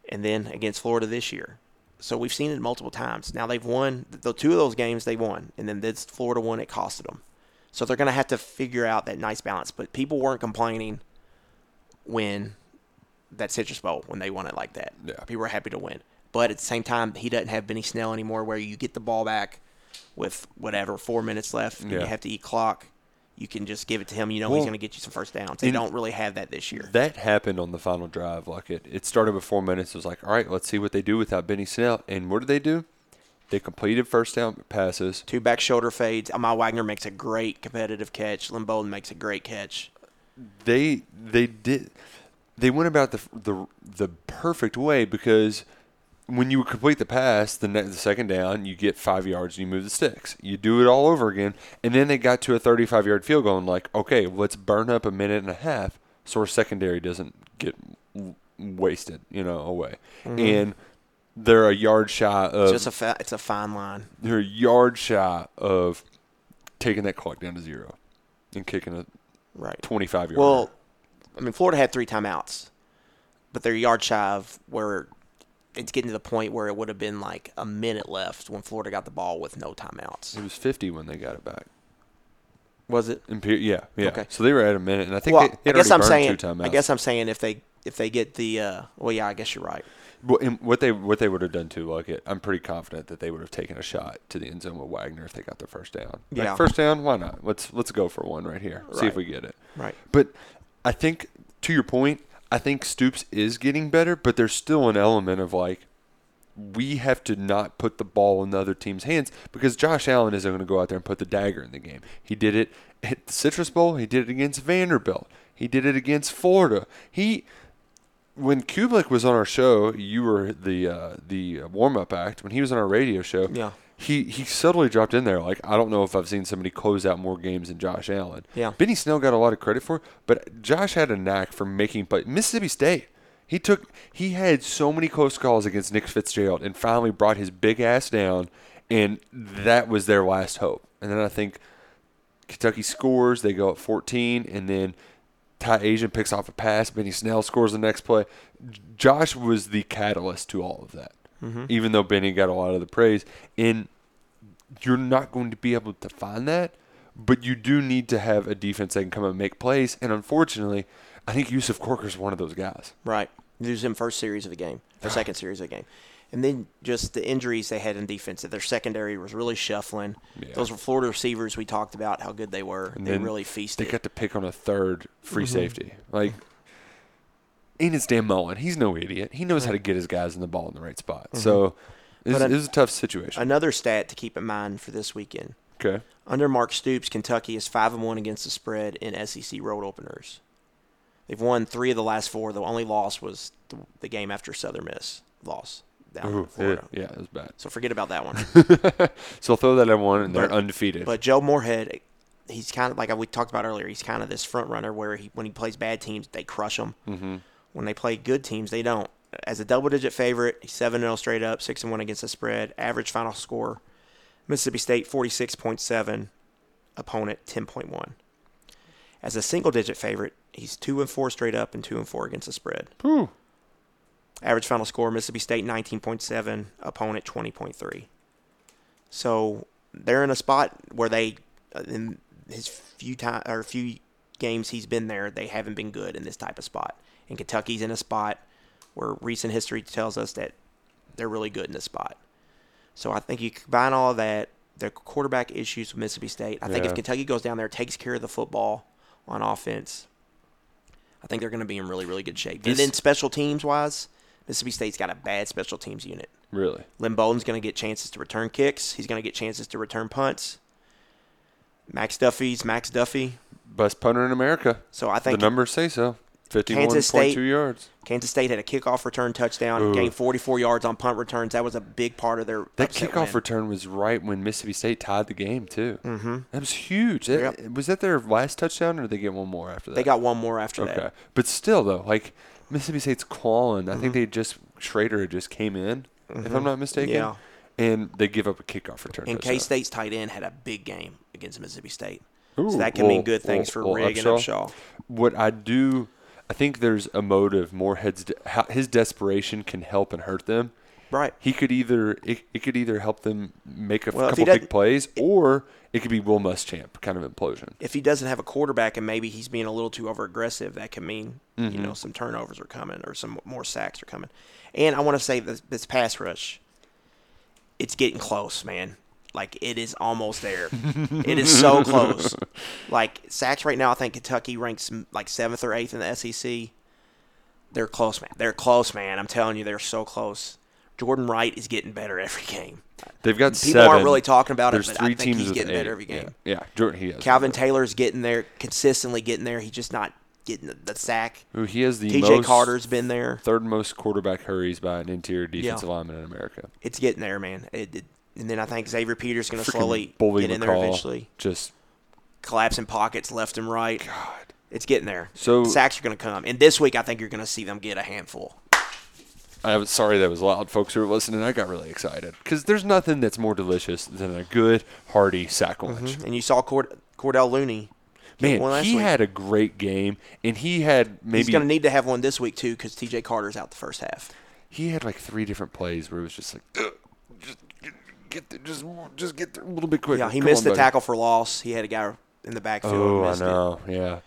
Speaker 8: And then against Florida this year. So we've seen it multiple times. Now they've won the two of those games they won, and then this Florida one it costed them. So they're going to have to figure out that nice balance. But people weren't complaining win that Citrus Bowl when they won it like that.
Speaker 7: Yeah.
Speaker 8: People were happy to win. But at the same time, he doesn't have Benny Snell anymore where you get the ball back with whatever, four minutes left, and
Speaker 7: Yeah.
Speaker 8: you have to eat clock. You can just give it to him. You know he's
Speaker 7: Well,
Speaker 8: going to get you some first downs. They
Speaker 7: in-
Speaker 8: don't really have that this year.
Speaker 7: That happened on the final drive. Like it, it started with four minutes. It was like, all right, let's see what they do without Benny Snell. And what did they do? They completed first down passes.
Speaker 8: Two back shoulder fades. Amal Wagner makes a great competitive catch. Lynn Bowden makes a great catch.
Speaker 7: They they did they went about the the the perfect way because when you complete the pass, the, ne- the second down, you get five yards and you move the sticks. You do it all over again, and then they got to a 35 yard field goal and like, okay, let's burn up a minute and a half so our secondary doesn't get w- wasted, you know, away. And they're a yard shy of
Speaker 8: It's Mm-hmm. just a fa- it's a fine line.
Speaker 7: they're a yard shy of taking that clock down to zero and kicking a
Speaker 8: Right.
Speaker 7: 25 yard.
Speaker 8: Well, I mean, Florida had three timeouts, but they're yard shy of where it's getting to the point where it would have been like a minute left when Florida got the ball with no timeouts.
Speaker 7: it was 50 when they got it back.
Speaker 8: Was it?
Speaker 7: Imper- yeah, yeah.
Speaker 8: Okay.
Speaker 7: So they were at a minute, and I think
Speaker 8: well,
Speaker 7: they,
Speaker 8: I
Speaker 7: they'd
Speaker 8: guess
Speaker 7: already burned
Speaker 8: I'm saying.
Speaker 7: two timeouts.
Speaker 8: I guess I'm saying if they if they get the uh, well, yeah, I guess you're right.
Speaker 7: Well, and what they what they would have done too, like it, I'm pretty confident that they would have taken a shot to the end zone with Wagner if they got their first down. Like,
Speaker 8: Yeah.
Speaker 7: first down, why not? Let's let's go for one right here. See if we get it.
Speaker 8: Right.
Speaker 7: But I think to your point, I think Stoops is getting better, but there's still an element of like we have to not put the ball in the other team's hands because Josh Allen isn't going to go out there and put the dagger in the game. He did it at the Citrus Bowl. He did it against Vanderbilt. He did it against Florida. He when Kublik was on our show, you were the uh, the warm up act. When he was on our radio show,
Speaker 8: Yeah.
Speaker 7: he he subtly dropped in there like I don't know if I've seen somebody close out more games than Josh Allen.
Speaker 8: Yeah.
Speaker 7: Benny Snell got a lot of credit for, it, but Josh had a knack for making play. Mississippi State, he took he had so many close calls against Nick Fitzgerald and finally brought his big ass down, and that was their last hope. And then I think Kentucky scores. They go up 14, and then Ty Asian picks off a pass. Benny Snell scores the next play. J- Josh was the catalyst to all of that, even though Benny got a lot of the praise. And you're not going to be able to find that, but you do need to have a defense that can come and make plays. And unfortunately, I think Yusuf Corker's one of those guys.
Speaker 8: Right. Lose him first series of the game, their second series of the game. And then just the injuries they had in defense. That their secondary was really shuffling. Those were Florida receivers we talked about how good they were.
Speaker 7: And
Speaker 8: they
Speaker 7: then
Speaker 8: really feasted.
Speaker 7: They got to pick on a third free safety. Like, and it's Dan Mullen. He's no idiot. He knows how to get his guys in the ball in the right spot. So it was,
Speaker 8: But
Speaker 7: it
Speaker 8: an-
Speaker 7: was a tough situation.
Speaker 8: Another stat to keep in mind for this weekend.
Speaker 7: okay.
Speaker 8: Under Mark Stoops, Kentucky is five and one against the spread in SEC road openers. They've won three of the last four. The only loss was the, the game after Southern Miss loss down in
Speaker 7: Ooh, yeah,
Speaker 8: Florida.
Speaker 7: yeah, it was bad.
Speaker 8: So forget about that one.
Speaker 7: So I'll throw that at one, and they're
Speaker 8: But-
Speaker 7: undefeated.
Speaker 8: But Joe Moorhead, he's kind of like we talked about earlier. He's kind of this front runner where he, when he plays bad teams, they crush them. Mm-hmm. When they play good teams, they don't. As a double-digit favorite, he's seven zero straight up, six and one against the spread. Average final score, Mississippi State forty-six point seven, opponent ten point one. As a single-digit favorite, he's two and four straight up and two and four against the spread. Average final score Mississippi State 19.7, opponent 20.3. So they're in a spot where they, uh, in his few time or few games he's been there, they haven't been good in this type of spot. And Kentucky's in a spot where recent history tells us that they're really good in this spot. So I think you combine all of that, their quarterback issues with Mississippi State. I think if
Speaker 7: Yeah.
Speaker 8: Kentucky goes down there, takes care of the football on offense, I think they're going to be in really, really good shape.
Speaker 7: This-
Speaker 8: and then special teams wise, Mississippi State's got a bad special teams unit.
Speaker 7: really,
Speaker 8: Lynn Bowden's going to get chances to return kicks. He's going to get chances to return punts. Max Duffy's Max Duffy.
Speaker 7: best punter in America.
Speaker 8: So I think
Speaker 7: the numbers say so. Fifty-one
Speaker 8: Kansas State-
Speaker 7: point two yards.
Speaker 8: Kansas State had a kickoff return touchdown, gained 44 yards on punt returns. That was a big part of their
Speaker 7: That
Speaker 8: upset
Speaker 7: kickoff
Speaker 8: win.
Speaker 7: return was right when Mississippi State tied the game too. Mm-hmm. That was huge. That-
Speaker 8: Yep.
Speaker 7: Was that their last touchdown, or did they get one more after that?
Speaker 8: They got one more after
Speaker 7: Okay,
Speaker 8: that.
Speaker 7: but still though, like Mississippi State's clawing.
Speaker 8: Mm-hmm.
Speaker 7: I think they just Schrader had just came in, if I'm not mistaken.
Speaker 8: Yeah.
Speaker 7: And they give up a kickoff return.
Speaker 8: And
Speaker 7: touchdown.
Speaker 8: K State's tight end had a big game against Mississippi State.
Speaker 7: Ooh,
Speaker 8: so that can
Speaker 7: well-
Speaker 8: mean good things for
Speaker 7: well- well,
Speaker 8: Rigg and Upshaw.
Speaker 7: What I do, I think there's a motive. Moorhead's de- how- his desperation can help and hurt them.
Speaker 8: Right.
Speaker 7: He could either it, it could either help them make a
Speaker 8: Well, if he
Speaker 7: couple big
Speaker 8: doesn't-
Speaker 7: plays, or it could be Will Muschamp kind of implosion.
Speaker 8: If he doesn't have a quarterback and maybe he's being a little too over aggressive, that can mean you know some turnovers are coming or some more sacks are coming. And I want to say this, this pass rush, it's getting close, man. Like it is almost there. it is so close. Like sacks right now, I think Kentucky ranks mm, like seventh or eighth in the SEC. They're close, man. They're close, man. I'm telling you, they're so close. Jordan Wright is getting better every game.
Speaker 7: They've got
Speaker 8: People aren't
Speaker 7: seven.
Speaker 8: really talking about it,
Speaker 7: There's
Speaker 8: but I
Speaker 7: three
Speaker 8: think
Speaker 7: teams
Speaker 8: he's
Speaker 7: with
Speaker 8: getting
Speaker 7: eight.
Speaker 8: better every game.
Speaker 7: Yeah, yeah. Jordan, he has
Speaker 8: Calvin Taylor's getting there, consistently getting there. He's just not getting the, the sack.
Speaker 7: Ooh, he has the
Speaker 8: TJ
Speaker 7: most-
Speaker 8: Carter's been there.
Speaker 7: third most quarterback hurries by an interior defensive lineman in America.
Speaker 8: It's getting there, man. It, it- and then I think Xavier Peters going to
Speaker 7: Freaking
Speaker 8: slowly
Speaker 7: Bully
Speaker 8: get in there
Speaker 7: McCall,
Speaker 8: eventually.
Speaker 7: Just
Speaker 8: Collapsing pockets left and right. God. It's getting there.
Speaker 7: So-
Speaker 8: sacks are going to come. And this week, I think you're going to see them get a handful.
Speaker 7: I was sorry that was loud, folks who were listening. I got really excited because there's nothing that's more delicious than a good hearty sack lunch.
Speaker 8: And you saw Cord- Cordell Looney. get
Speaker 7: Man,
Speaker 8: one last
Speaker 7: he
Speaker 8: week.
Speaker 7: had a great game, and he had
Speaker 8: He's
Speaker 7: maybe
Speaker 8: going to need to have one this week, too, because TJ Carter's out the first half.
Speaker 7: he had like three different plays where it was just like, "Ugh, just get, get there, just just get there a little bit quicker.
Speaker 8: Yeah, he
Speaker 7: Come
Speaker 8: missed
Speaker 7: on,
Speaker 8: the
Speaker 7: buddy."
Speaker 8: tackle for loss. He had a guy in the backfield. and
Speaker 7: Oh, I
Speaker 8: missed it.
Speaker 7: know. Yeah.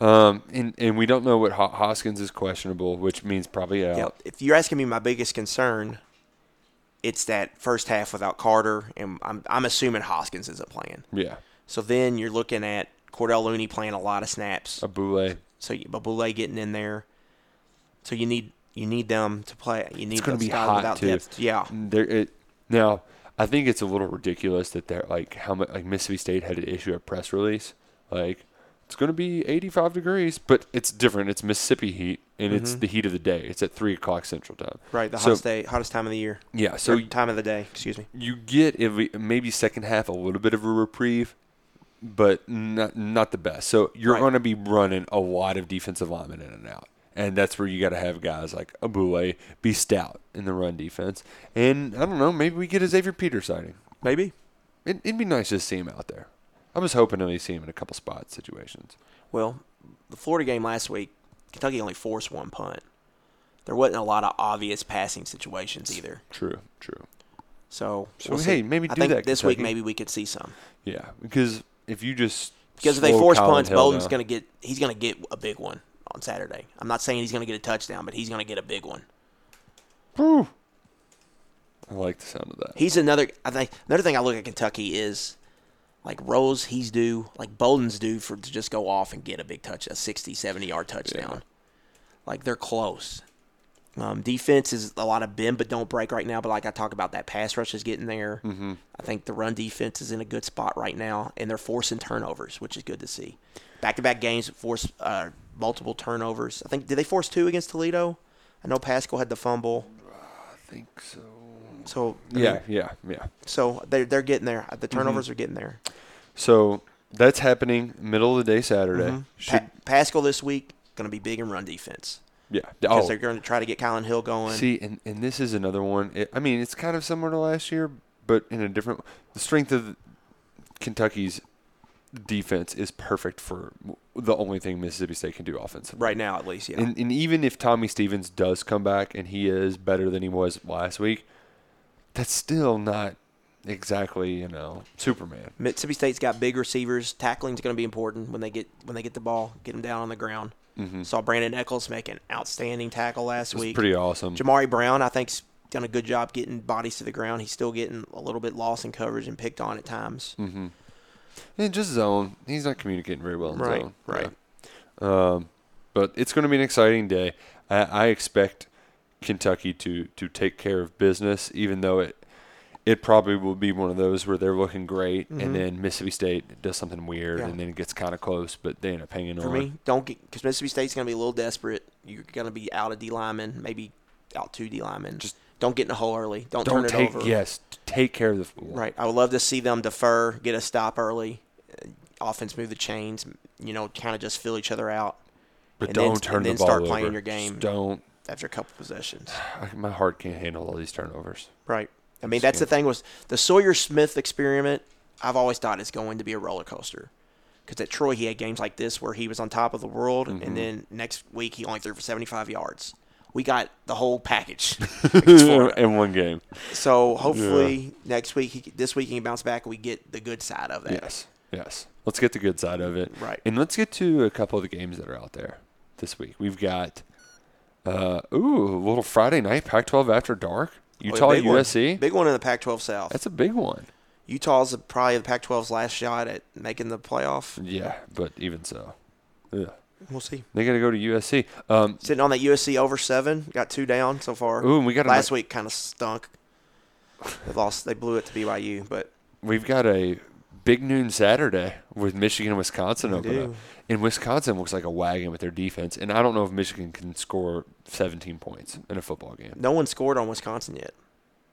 Speaker 7: Um, and, and we don't know what Ho- Hoskins is questionable, which means probably out.
Speaker 8: Yeah, if you're asking me my biggest concern, it's that first half without Carter, and I'm, I'm assuming Hoskins isn't playing.
Speaker 7: Yeah.
Speaker 8: So then you're looking at Cordell Looney playing a lot of snaps.
Speaker 7: Abule.
Speaker 8: So you- Babule getting in there. So you need you need them to play. You need
Speaker 7: It's going
Speaker 8: to
Speaker 7: to be
Speaker 8: start
Speaker 7: hot
Speaker 8: without
Speaker 7: too. Mm.
Speaker 8: depth. Yeah,
Speaker 7: There, it, now, I think it's a little ridiculous that they're like how much like Mississippi State had to issue a press release like it's going to be 85 degrees, but it's different. It's Mississippi heat, and it's the heat of the day. It's at three o'clock Central Time.
Speaker 8: right. The
Speaker 7: so,
Speaker 8: hottest day, hottest time of the year.
Speaker 7: Yeah. So
Speaker 8: Or time of the day. Excuse me.
Speaker 7: you get if we- maybe second half a little bit of a reprieve, but not not the best. So you're
Speaker 8: Right.
Speaker 7: going to be running a lot of defensive linemen in and out, and that's where you got to have guys like Abule be stout in the run defense. And I don't know, maybe we get a Xavier Peters sighting.
Speaker 8: Maybe.
Speaker 7: It, it'd be nice to see him out there. I was hoping to at least see him in a couple spot situations.
Speaker 8: Well, the Florida game last week, Kentucky only forced one punt. There wasn't a lot of obvious passing situations either.
Speaker 7: True, true.
Speaker 8: So,
Speaker 7: So,
Speaker 8: we'll
Speaker 7: hey,
Speaker 8: see.
Speaker 7: maybe
Speaker 8: I
Speaker 7: do
Speaker 8: think
Speaker 7: that,
Speaker 8: this week
Speaker 7: Kentucky.
Speaker 8: maybe we could see some
Speaker 7: Yeah, because if you just
Speaker 8: because if they
Speaker 7: slow
Speaker 8: force
Speaker 7: Colin
Speaker 8: punts,
Speaker 7: Hill
Speaker 8: Bolden's
Speaker 7: down-
Speaker 8: going to get he's going to get a big one on Saturday. I'm not saying he's going to get a touchdown, but he's going to get a big one.
Speaker 7: I like the sound of that.
Speaker 8: He's another. I think another thing I look at Kentucky is like Rose, he's due like Bolden's due for to just go off and get a big touch, a 60, 70 yard touchdown. Like they're close. Um, defense is a lot of bend but don't break right now. But like I talk about, that pass rush is getting there. Mm-hmm. I think the run defense is in a good spot right now, and they're forcing turnovers, which is good to see. Back to back games force uh, multiple turnovers. I think did they force two against Toledo? I know Pascal had the fumble.
Speaker 7: I think so.
Speaker 8: So
Speaker 7: Yeah, yeah, yeah.
Speaker 8: so they're they're getting there. The
Speaker 7: Mm-hmm.
Speaker 8: turnovers are getting there.
Speaker 7: So that's happening middle of the day Saturday. Should
Speaker 8: Pa- Pascal this week going to be big in run defense
Speaker 7: yeah.
Speaker 8: because
Speaker 7: Oh,
Speaker 8: they're going to try to get Colin Hill going.
Speaker 7: see, and, and this is another one. It, I mean, it's kind of similar to last year, but in a different. The strength of Kentucky's defense is perfect for the only thing Mississippi State can do offensively.
Speaker 8: right now, at least, yeah.
Speaker 7: And, and even if Tommy Stevens does come back and he is better than he was last week, that's still not exactly you know Superman.
Speaker 8: Mississippi State's got big receivers. Tackling's going to be important when they get when they get the ball, get them down on the ground. Saw Brandon Eccles make an outstanding tackle last
Speaker 7: It's
Speaker 8: week.
Speaker 7: Mm-hmm. pretty awesome.
Speaker 8: Jamari Brown, I think's done a good job getting bodies to the ground. He's still getting a little bit lost in coverage and picked on at times.
Speaker 7: Mm-hmm. And just zone. He's not communicating very well in
Speaker 8: Right,
Speaker 7: zone.
Speaker 8: right.
Speaker 7: Yeah. but it's going to be an exciting day. I, I expect Kentucky to to take care of business, even though it it probably will be one of those where they're looking great, and then Mississippi State does something weird,
Speaker 8: Mm-hmm. Yeah.
Speaker 7: and then it gets kind of close, but they end up hanging
Speaker 8: For
Speaker 7: on.
Speaker 8: me, don't get because Mississippi State's going to be a little desperate. You're going to be out of D lineman, maybe out two D linemen. Just don't get in a hole early. Don't,
Speaker 7: Don't
Speaker 8: turn
Speaker 7: take
Speaker 8: it over.
Speaker 7: yes, t- take care of the football.
Speaker 8: Right. I would love to see them defer, get a stop early, uh, offense move the chains. You know, kind of just fill each other out.
Speaker 7: but
Speaker 8: and then-
Speaker 7: don't turn
Speaker 8: and
Speaker 7: the
Speaker 8: then
Speaker 7: ball
Speaker 8: start
Speaker 7: over.
Speaker 8: playing your
Speaker 7: Just
Speaker 8: game.
Speaker 7: don't.
Speaker 8: after a couple possessions.
Speaker 7: I- My heart can't handle all these turnovers.
Speaker 8: Right. I mean, that's the thing was the Sawyer Smith experiment. I've always thought is going to be a roller coaster. Because at Troy, he
Speaker 7: Mm-hmm.
Speaker 8: had games like this where he was on top of the world, and then next week he only threw for 75 yards. we got the whole package.
Speaker 7: in one game.
Speaker 8: so hopefully next week, he, this week he can bounce back and we get the good side of that. Oh,
Speaker 7: Yes. Yes. Let's get the good side of it.
Speaker 8: Right.
Speaker 7: And let's get to a couple of the games that are out there this week. We've got uh ooh, a little Friday night Pac twelve after dark.
Speaker 8: Oh,
Speaker 7: Utah
Speaker 8: big one.
Speaker 7: USC.
Speaker 8: big one in the Pac-12 South.
Speaker 7: That's a big one.
Speaker 8: Utah's probably the Pac-12's last shot at making the playoff.
Speaker 7: Yeah, but even so. Yeah.
Speaker 8: We'll see.
Speaker 7: They gotta go to USC. Um
Speaker 8: Sitting on that USC over seven, got two down so far.
Speaker 7: Ooh, and we got a
Speaker 8: last
Speaker 7: ni-
Speaker 8: week kind of stunk. They lost. They blew it to BYU, but
Speaker 7: we've got a big noon Saturday with Michigan and Wisconsin open up.
Speaker 8: do.
Speaker 7: And Wisconsin looks like a wagon with their defense. And I don't know if Michigan can score seventeen points in a football game.
Speaker 8: no one scored on Wisconsin yet.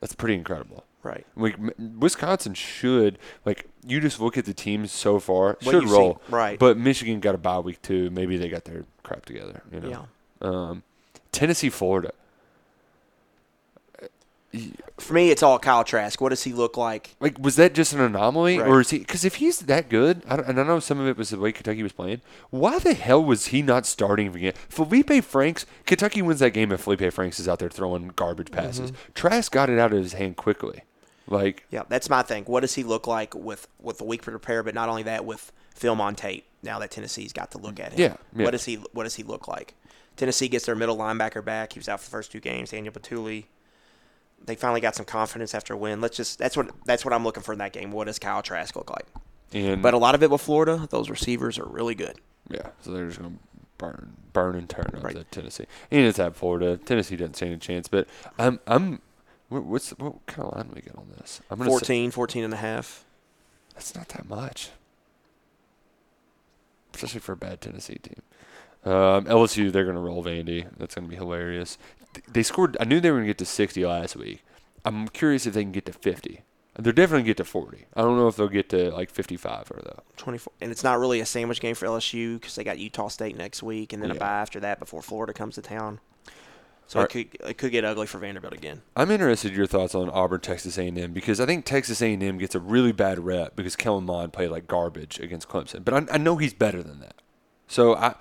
Speaker 7: That's pretty incredible.
Speaker 8: Right.
Speaker 7: Like M- Wisconsin should like you just look at the teams so far
Speaker 8: What
Speaker 7: should
Speaker 8: you've
Speaker 7: roll
Speaker 8: seen, right.
Speaker 7: But Michigan got a bye week too. Maybe they got their crap together. You know. Um, Tennessee, Florida.
Speaker 8: For me, it's all Kyle Trask. What does he look like?
Speaker 7: Like was that just an anomaly,
Speaker 8: Right.
Speaker 7: or is he? Because if he's that good, I don't, and I know some of it was the way Kentucky was playing. Why the hell was he not starting again? Felipe Franks. Kentucky wins that game if Felipe Franks is out there throwing garbage passes.
Speaker 8: Mm-hmm.
Speaker 7: Trask got it out of his hand quickly. Like
Speaker 8: Yeah, that's my thing. What does he look like with with a week to prepare? But not only that, with film on tape. Now that Tennessee's got to look at him.
Speaker 7: Yeah, yeah.
Speaker 8: What does he What does he look like? Tennessee gets their middle linebacker back. He was out for the first two games. Daniel Batuli. They finally got some confidence after a win. Let's just that's what that's what I'm looking for in that game. What does Kyle Trask look like?
Speaker 7: and
Speaker 8: But a lot of it with Florida, those receivers are really good.
Speaker 7: Yeah, so they're just gonna burn, burn and turn up
Speaker 8: Right.
Speaker 7: that Tennessee, and it's at Florida. Tennessee doesn't stand a chance, but I'm I'm. wha- What's what kind of line we get on this? I'm gonna say-
Speaker 8: 14, 14 and a half.
Speaker 7: that's not that much, especially for a bad Tennessee team. Um, LSU, they're gonna roll Vandy. That's gonna be hilarious. Th- They scored. I knew they were gonna get to 60 last week. I'm curious if they can get to 50. They're definitely gonna get to 40. I don't know if they'll get to like 55 or though.
Speaker 8: 24 and it's not really a sandwich game for LSU because they got Utah State next week and then
Speaker 7: Yeah.
Speaker 8: a bye after that before Florida comes to town. So
Speaker 7: All
Speaker 8: it could it could get ugly for Vanderbilt again.
Speaker 7: I'm interested in your thoughts on Auburn, Texas A&M because I think Texas A&M gets a really bad rep because Kellen Mond played like garbage against Clemson, but I, I know he's better than that. So I,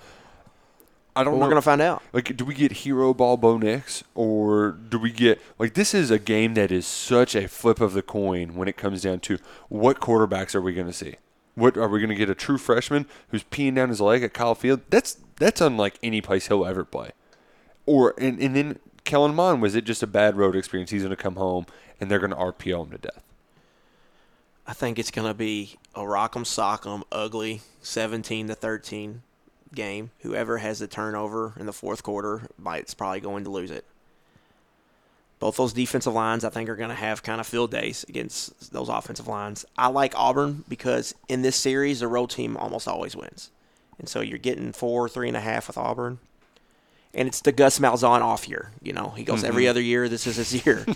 Speaker 7: I don't.
Speaker 8: But
Speaker 7: know,
Speaker 8: we're gonna find out.
Speaker 7: Like, do we get hero ball Bo Nix or do we get like this is a game that is such a flip of the coin when it comes down to what quarterbacks are we going to see? What are we going to get a true freshman who's peeing down his leg at Kyle Field? That's that's unlike any place he'll ever play or and, and then Kellen Mond was it just a bad road experience? He's going to come home and they're going to RPO him to death.
Speaker 8: I think it's gonna be a rock'em sock'em ugly seventeen to thirteen game. Whoever has the turnover in the fourth quarter might's probably going to lose it. Both those defensive lines, I think, are going to have kind of field days against those offensive lines. I like Auburn because in this series, the road team almost always wins, and so you're getting four, three and a half with Auburn, and it's the Gus Malzahn off year. You know, he goes every other year. This is his year.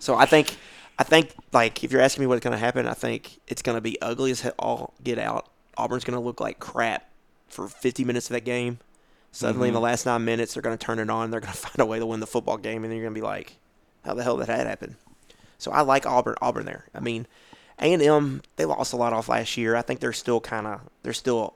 Speaker 8: so I think, I think, like if you're asking me what's going to happen, I think it's going to be ugly as he- all get out. Auburn's going to look like crap for 50 minutes of that game. Suddenly, in the last nine minutes, they're going to turn it on. They're going to find a way to win the football game, and then you're going to be like, "How the hell did that happen?" So I like Auburn. Auburn there. I mean, A and M they lost a lot off last year. I think they're still kind of they're still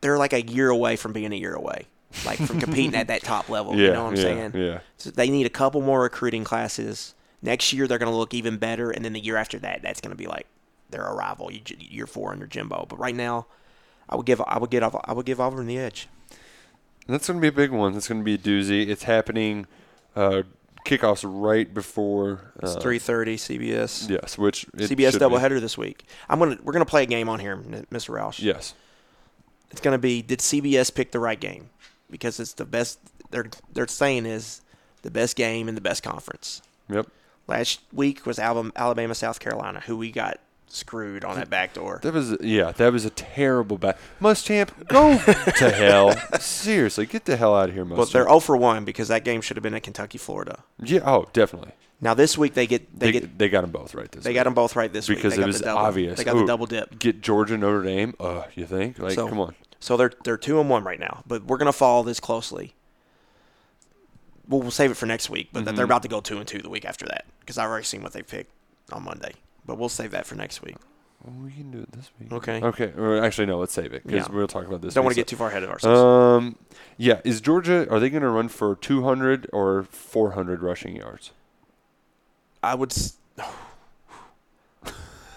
Speaker 8: they're like a year away from being a year away, like from competing at that top level. you
Speaker 7: Yeah,
Speaker 8: know what I'm
Speaker 7: yeah,
Speaker 8: saying?
Speaker 7: yeah.
Speaker 8: So they need a couple more recruiting classes. Next year they're going to look even better, and then the year after that, that's going to be like their arrival. You, year four under Jimbo. But right now, I would give I would get I would give Auburn the edge.
Speaker 7: And that's going to be a big one. That's going to be a doozy. It's happening. Uh, kickoffs right before.
Speaker 8: It's
Speaker 7: uh,
Speaker 8: three thirty CBS.
Speaker 7: Yes, which it
Speaker 8: CBS
Speaker 7: should be.
Speaker 8: doubleheader this week. I'm gonna we're gonna play a game on here, M- Mr. Roush.
Speaker 7: Yes.
Speaker 8: It's gonna be did CBS pick the right game? Because it's the best. They're they're saying is the best game in the best conference.
Speaker 7: Yep.
Speaker 8: Last week was Alabama, Alabama South Carolina, who we got screwed on that back door.
Speaker 7: That was yeah. That was a terrible bat. Muschamp, go to hell. Seriously, get the hell out of here, Muschamp.
Speaker 8: But they're 0 for one because that game should have been at Kentucky Florida.
Speaker 7: yeah. Oh, definitely.
Speaker 8: Now this week they get they,
Speaker 7: They,
Speaker 8: get
Speaker 7: they got them both right this
Speaker 8: they
Speaker 7: week.
Speaker 8: got them both right this
Speaker 7: because
Speaker 8: week. They
Speaker 7: it
Speaker 8: got
Speaker 7: was
Speaker 8: the double,
Speaker 7: obvious.
Speaker 8: They got the
Speaker 7: Ooh,
Speaker 8: double dip.
Speaker 7: Get Georgia Notre Dame. Uh, you think? Like,
Speaker 8: So
Speaker 7: come on.
Speaker 8: So they're they're two and one right now, but we're gonna follow this closely. Well, we'll save it for next week, but th-
Speaker 7: Mm-hmm.
Speaker 8: they're about to go two and two the week after that because I've already seen what they picked on Monday. But we'll save that for next week.
Speaker 7: Well, Oh, we can do it this week.
Speaker 8: Okay.
Speaker 7: Okay. Or actually, no. Let's save it because
Speaker 8: Yeah.
Speaker 7: we'll talk about this.
Speaker 8: Don't want
Speaker 7: week's
Speaker 8: to get too far ahead of ourselves.
Speaker 7: Um, yeah, is Georgia? Are they going to run for 200 or 400 rushing yards?
Speaker 8: I would. s-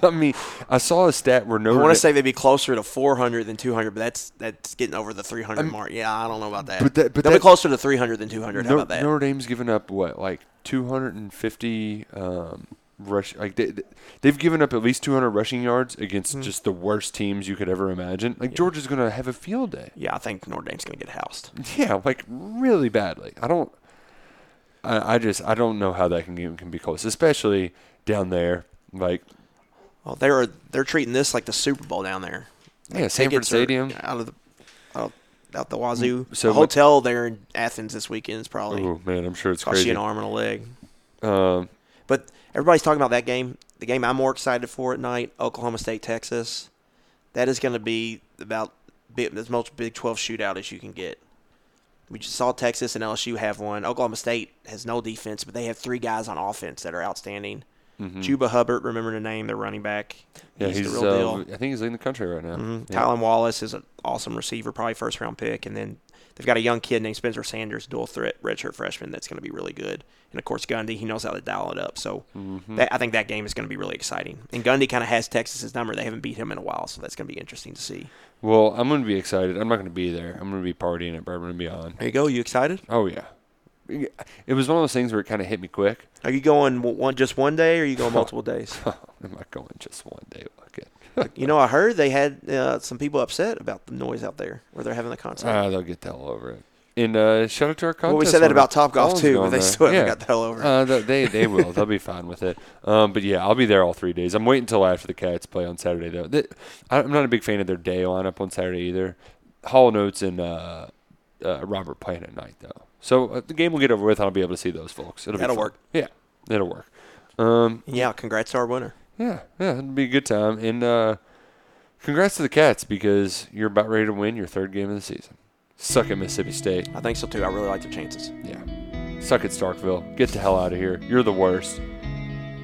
Speaker 7: I mean, I saw a stat where
Speaker 8: I
Speaker 7: Notre
Speaker 8: want to
Speaker 7: Dame,
Speaker 8: say they'd be closer to 400 than 200, but that's that's getting over the 300 mark. Yeah, I don't know about that.
Speaker 7: But that- but
Speaker 8: they'll
Speaker 7: that-
Speaker 8: be closer to 300 than 200. How
Speaker 7: Nor-
Speaker 8: about that?
Speaker 7: Notre Dame's given up what like 250 um, rush. Like they, they've given up at least 200 rushing yards against
Speaker 8: Hmm.
Speaker 7: just the worst teams you could ever imagine. Like Georgia's going to have a field day.
Speaker 8: yeah, I think Notre Dame's going to get housed.
Speaker 7: Yeah, like really badly. I don't. I, I just I don't know how that can even can be close, especially down there. Like
Speaker 8: Well, they're they're treating this like the Super Bowl down there.
Speaker 7: yeah, Sanford
Speaker 8: Tickets are
Speaker 7: Stadium. Mm,
Speaker 8: out of the out, out the wazoo.
Speaker 7: So
Speaker 8: the
Speaker 7: what-
Speaker 8: hotel there in Athens this weekend is probably
Speaker 7: Oh man, I'm sure it's
Speaker 8: cost you
Speaker 7: crazy.
Speaker 8: an arm and a leg.
Speaker 7: Um,
Speaker 8: But everybody's talking about that game. The game I'm more excited for at night, Oklahoma State Texas. That is going to be about bi- as much Big 12 shootout as you can get. We just saw Texas and LSU have one. Oklahoma State has no defense, but they have three guys on offense that are outstanding. Juba Hubbard, remember the name, their running back.
Speaker 7: Mm-hmm. yeah, he's,
Speaker 8: the real
Speaker 7: uh,
Speaker 8: deal. Mm-hmm.
Speaker 7: I think he's leading the country right now. Yeah.
Speaker 8: Tylen Wallace is an awesome receiver, probably first round pick, and then they've got a young kid named Spencer Sanders, dual threat redshirt freshman, that's going to be really good. And of course Gundy, he knows how to dial it up. So that, I think that game is going to be really exciting. And Gundy kind of has Texas's number; they haven't beat him in a while, so that's going to be interesting to see.
Speaker 7: Well, I'm gonna be excited. I'm not gonna be there. I'm gonna be partying at Bourbon and Beyond.
Speaker 8: There you go. You excited?
Speaker 7: Oh yeah. It was one of those things where it kind of hit me quick.
Speaker 8: Are you going w- one just one day, or are you going multiple days?
Speaker 7: Am I going just one day? Look
Speaker 8: You know, I heard they had uh, some people upset about the noise out there where they're having the concert.
Speaker 7: Ah, they'll get the hell over it. And uh, shout out to our contest.
Speaker 8: we said that
Speaker 7: winner.
Speaker 8: about Topgolf,
Speaker 7: Colin's
Speaker 8: too, but
Speaker 7: going
Speaker 8: they
Speaker 7: there.
Speaker 8: still haven't got the hell over it.
Speaker 7: Uh, th- they they will. They'll be fine with it. Um, but yeah, I'll be there all three days. I'm waiting until after the Cats play on Saturday though. Th- I- I'm not a big fan of their day lineup on Saturday either. Hall Notes and uh, uh, Robert playing at night though. So uh, the game will get over with. and I'll be able to see those folks. It'll
Speaker 8: That'll
Speaker 7: be fun.
Speaker 8: work.
Speaker 7: Yeah, that'll work. Um,
Speaker 8: Yeah, congrats to our winner.
Speaker 7: yeah, yeah, it'd be a good time. And uh, congrats to the Cats because you're about ready to win your third game of the season. Suck at Mississippi State.
Speaker 8: I think so too. I really like their chances.
Speaker 7: Yeah. Suck at Starkville. Get the hell out of here. You're the worst.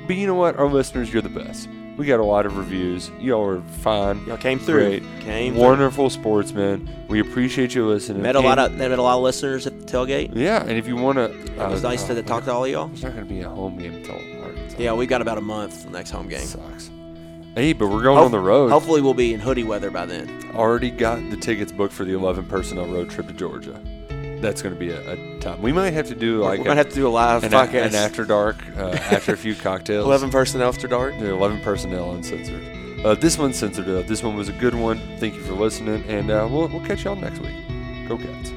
Speaker 7: But you know what? Our listeners, you're the best. We got a lot of reviews. Y'all are fine.
Speaker 8: Y'all came through.
Speaker 7: Great.
Speaker 8: Came through.
Speaker 7: Wonderful sportsmen. We appreciate you listening.
Speaker 8: Met a lot
Speaker 7: And-
Speaker 8: of met a lot of listeners at the tailgate.
Speaker 7: Yeah, and if you uh, want to.
Speaker 8: It was nice to talk to all of y'all.
Speaker 7: It's not going to be a home game until March.
Speaker 8: Yeah, we've got about a month till the next home game.
Speaker 7: Sucks. Hey, but we're going on the road.
Speaker 8: Hopefully, we'll be in hoodie weather by then.
Speaker 7: already got the tickets booked for the 11 personnel road trip to Georgia. That's going to be a, a time. We might have to do like
Speaker 8: We're gonna have to do a live
Speaker 7: an,
Speaker 8: podcast.
Speaker 7: an after dark uh, after a few cocktails.
Speaker 8: Eleven person after dark.
Speaker 7: The 11 personnel uncensored. Uh, this one's censored. Uh, this one was a good one. Thank you for listening, and uh, we'll, we'll catch y'all next week. Go Cats.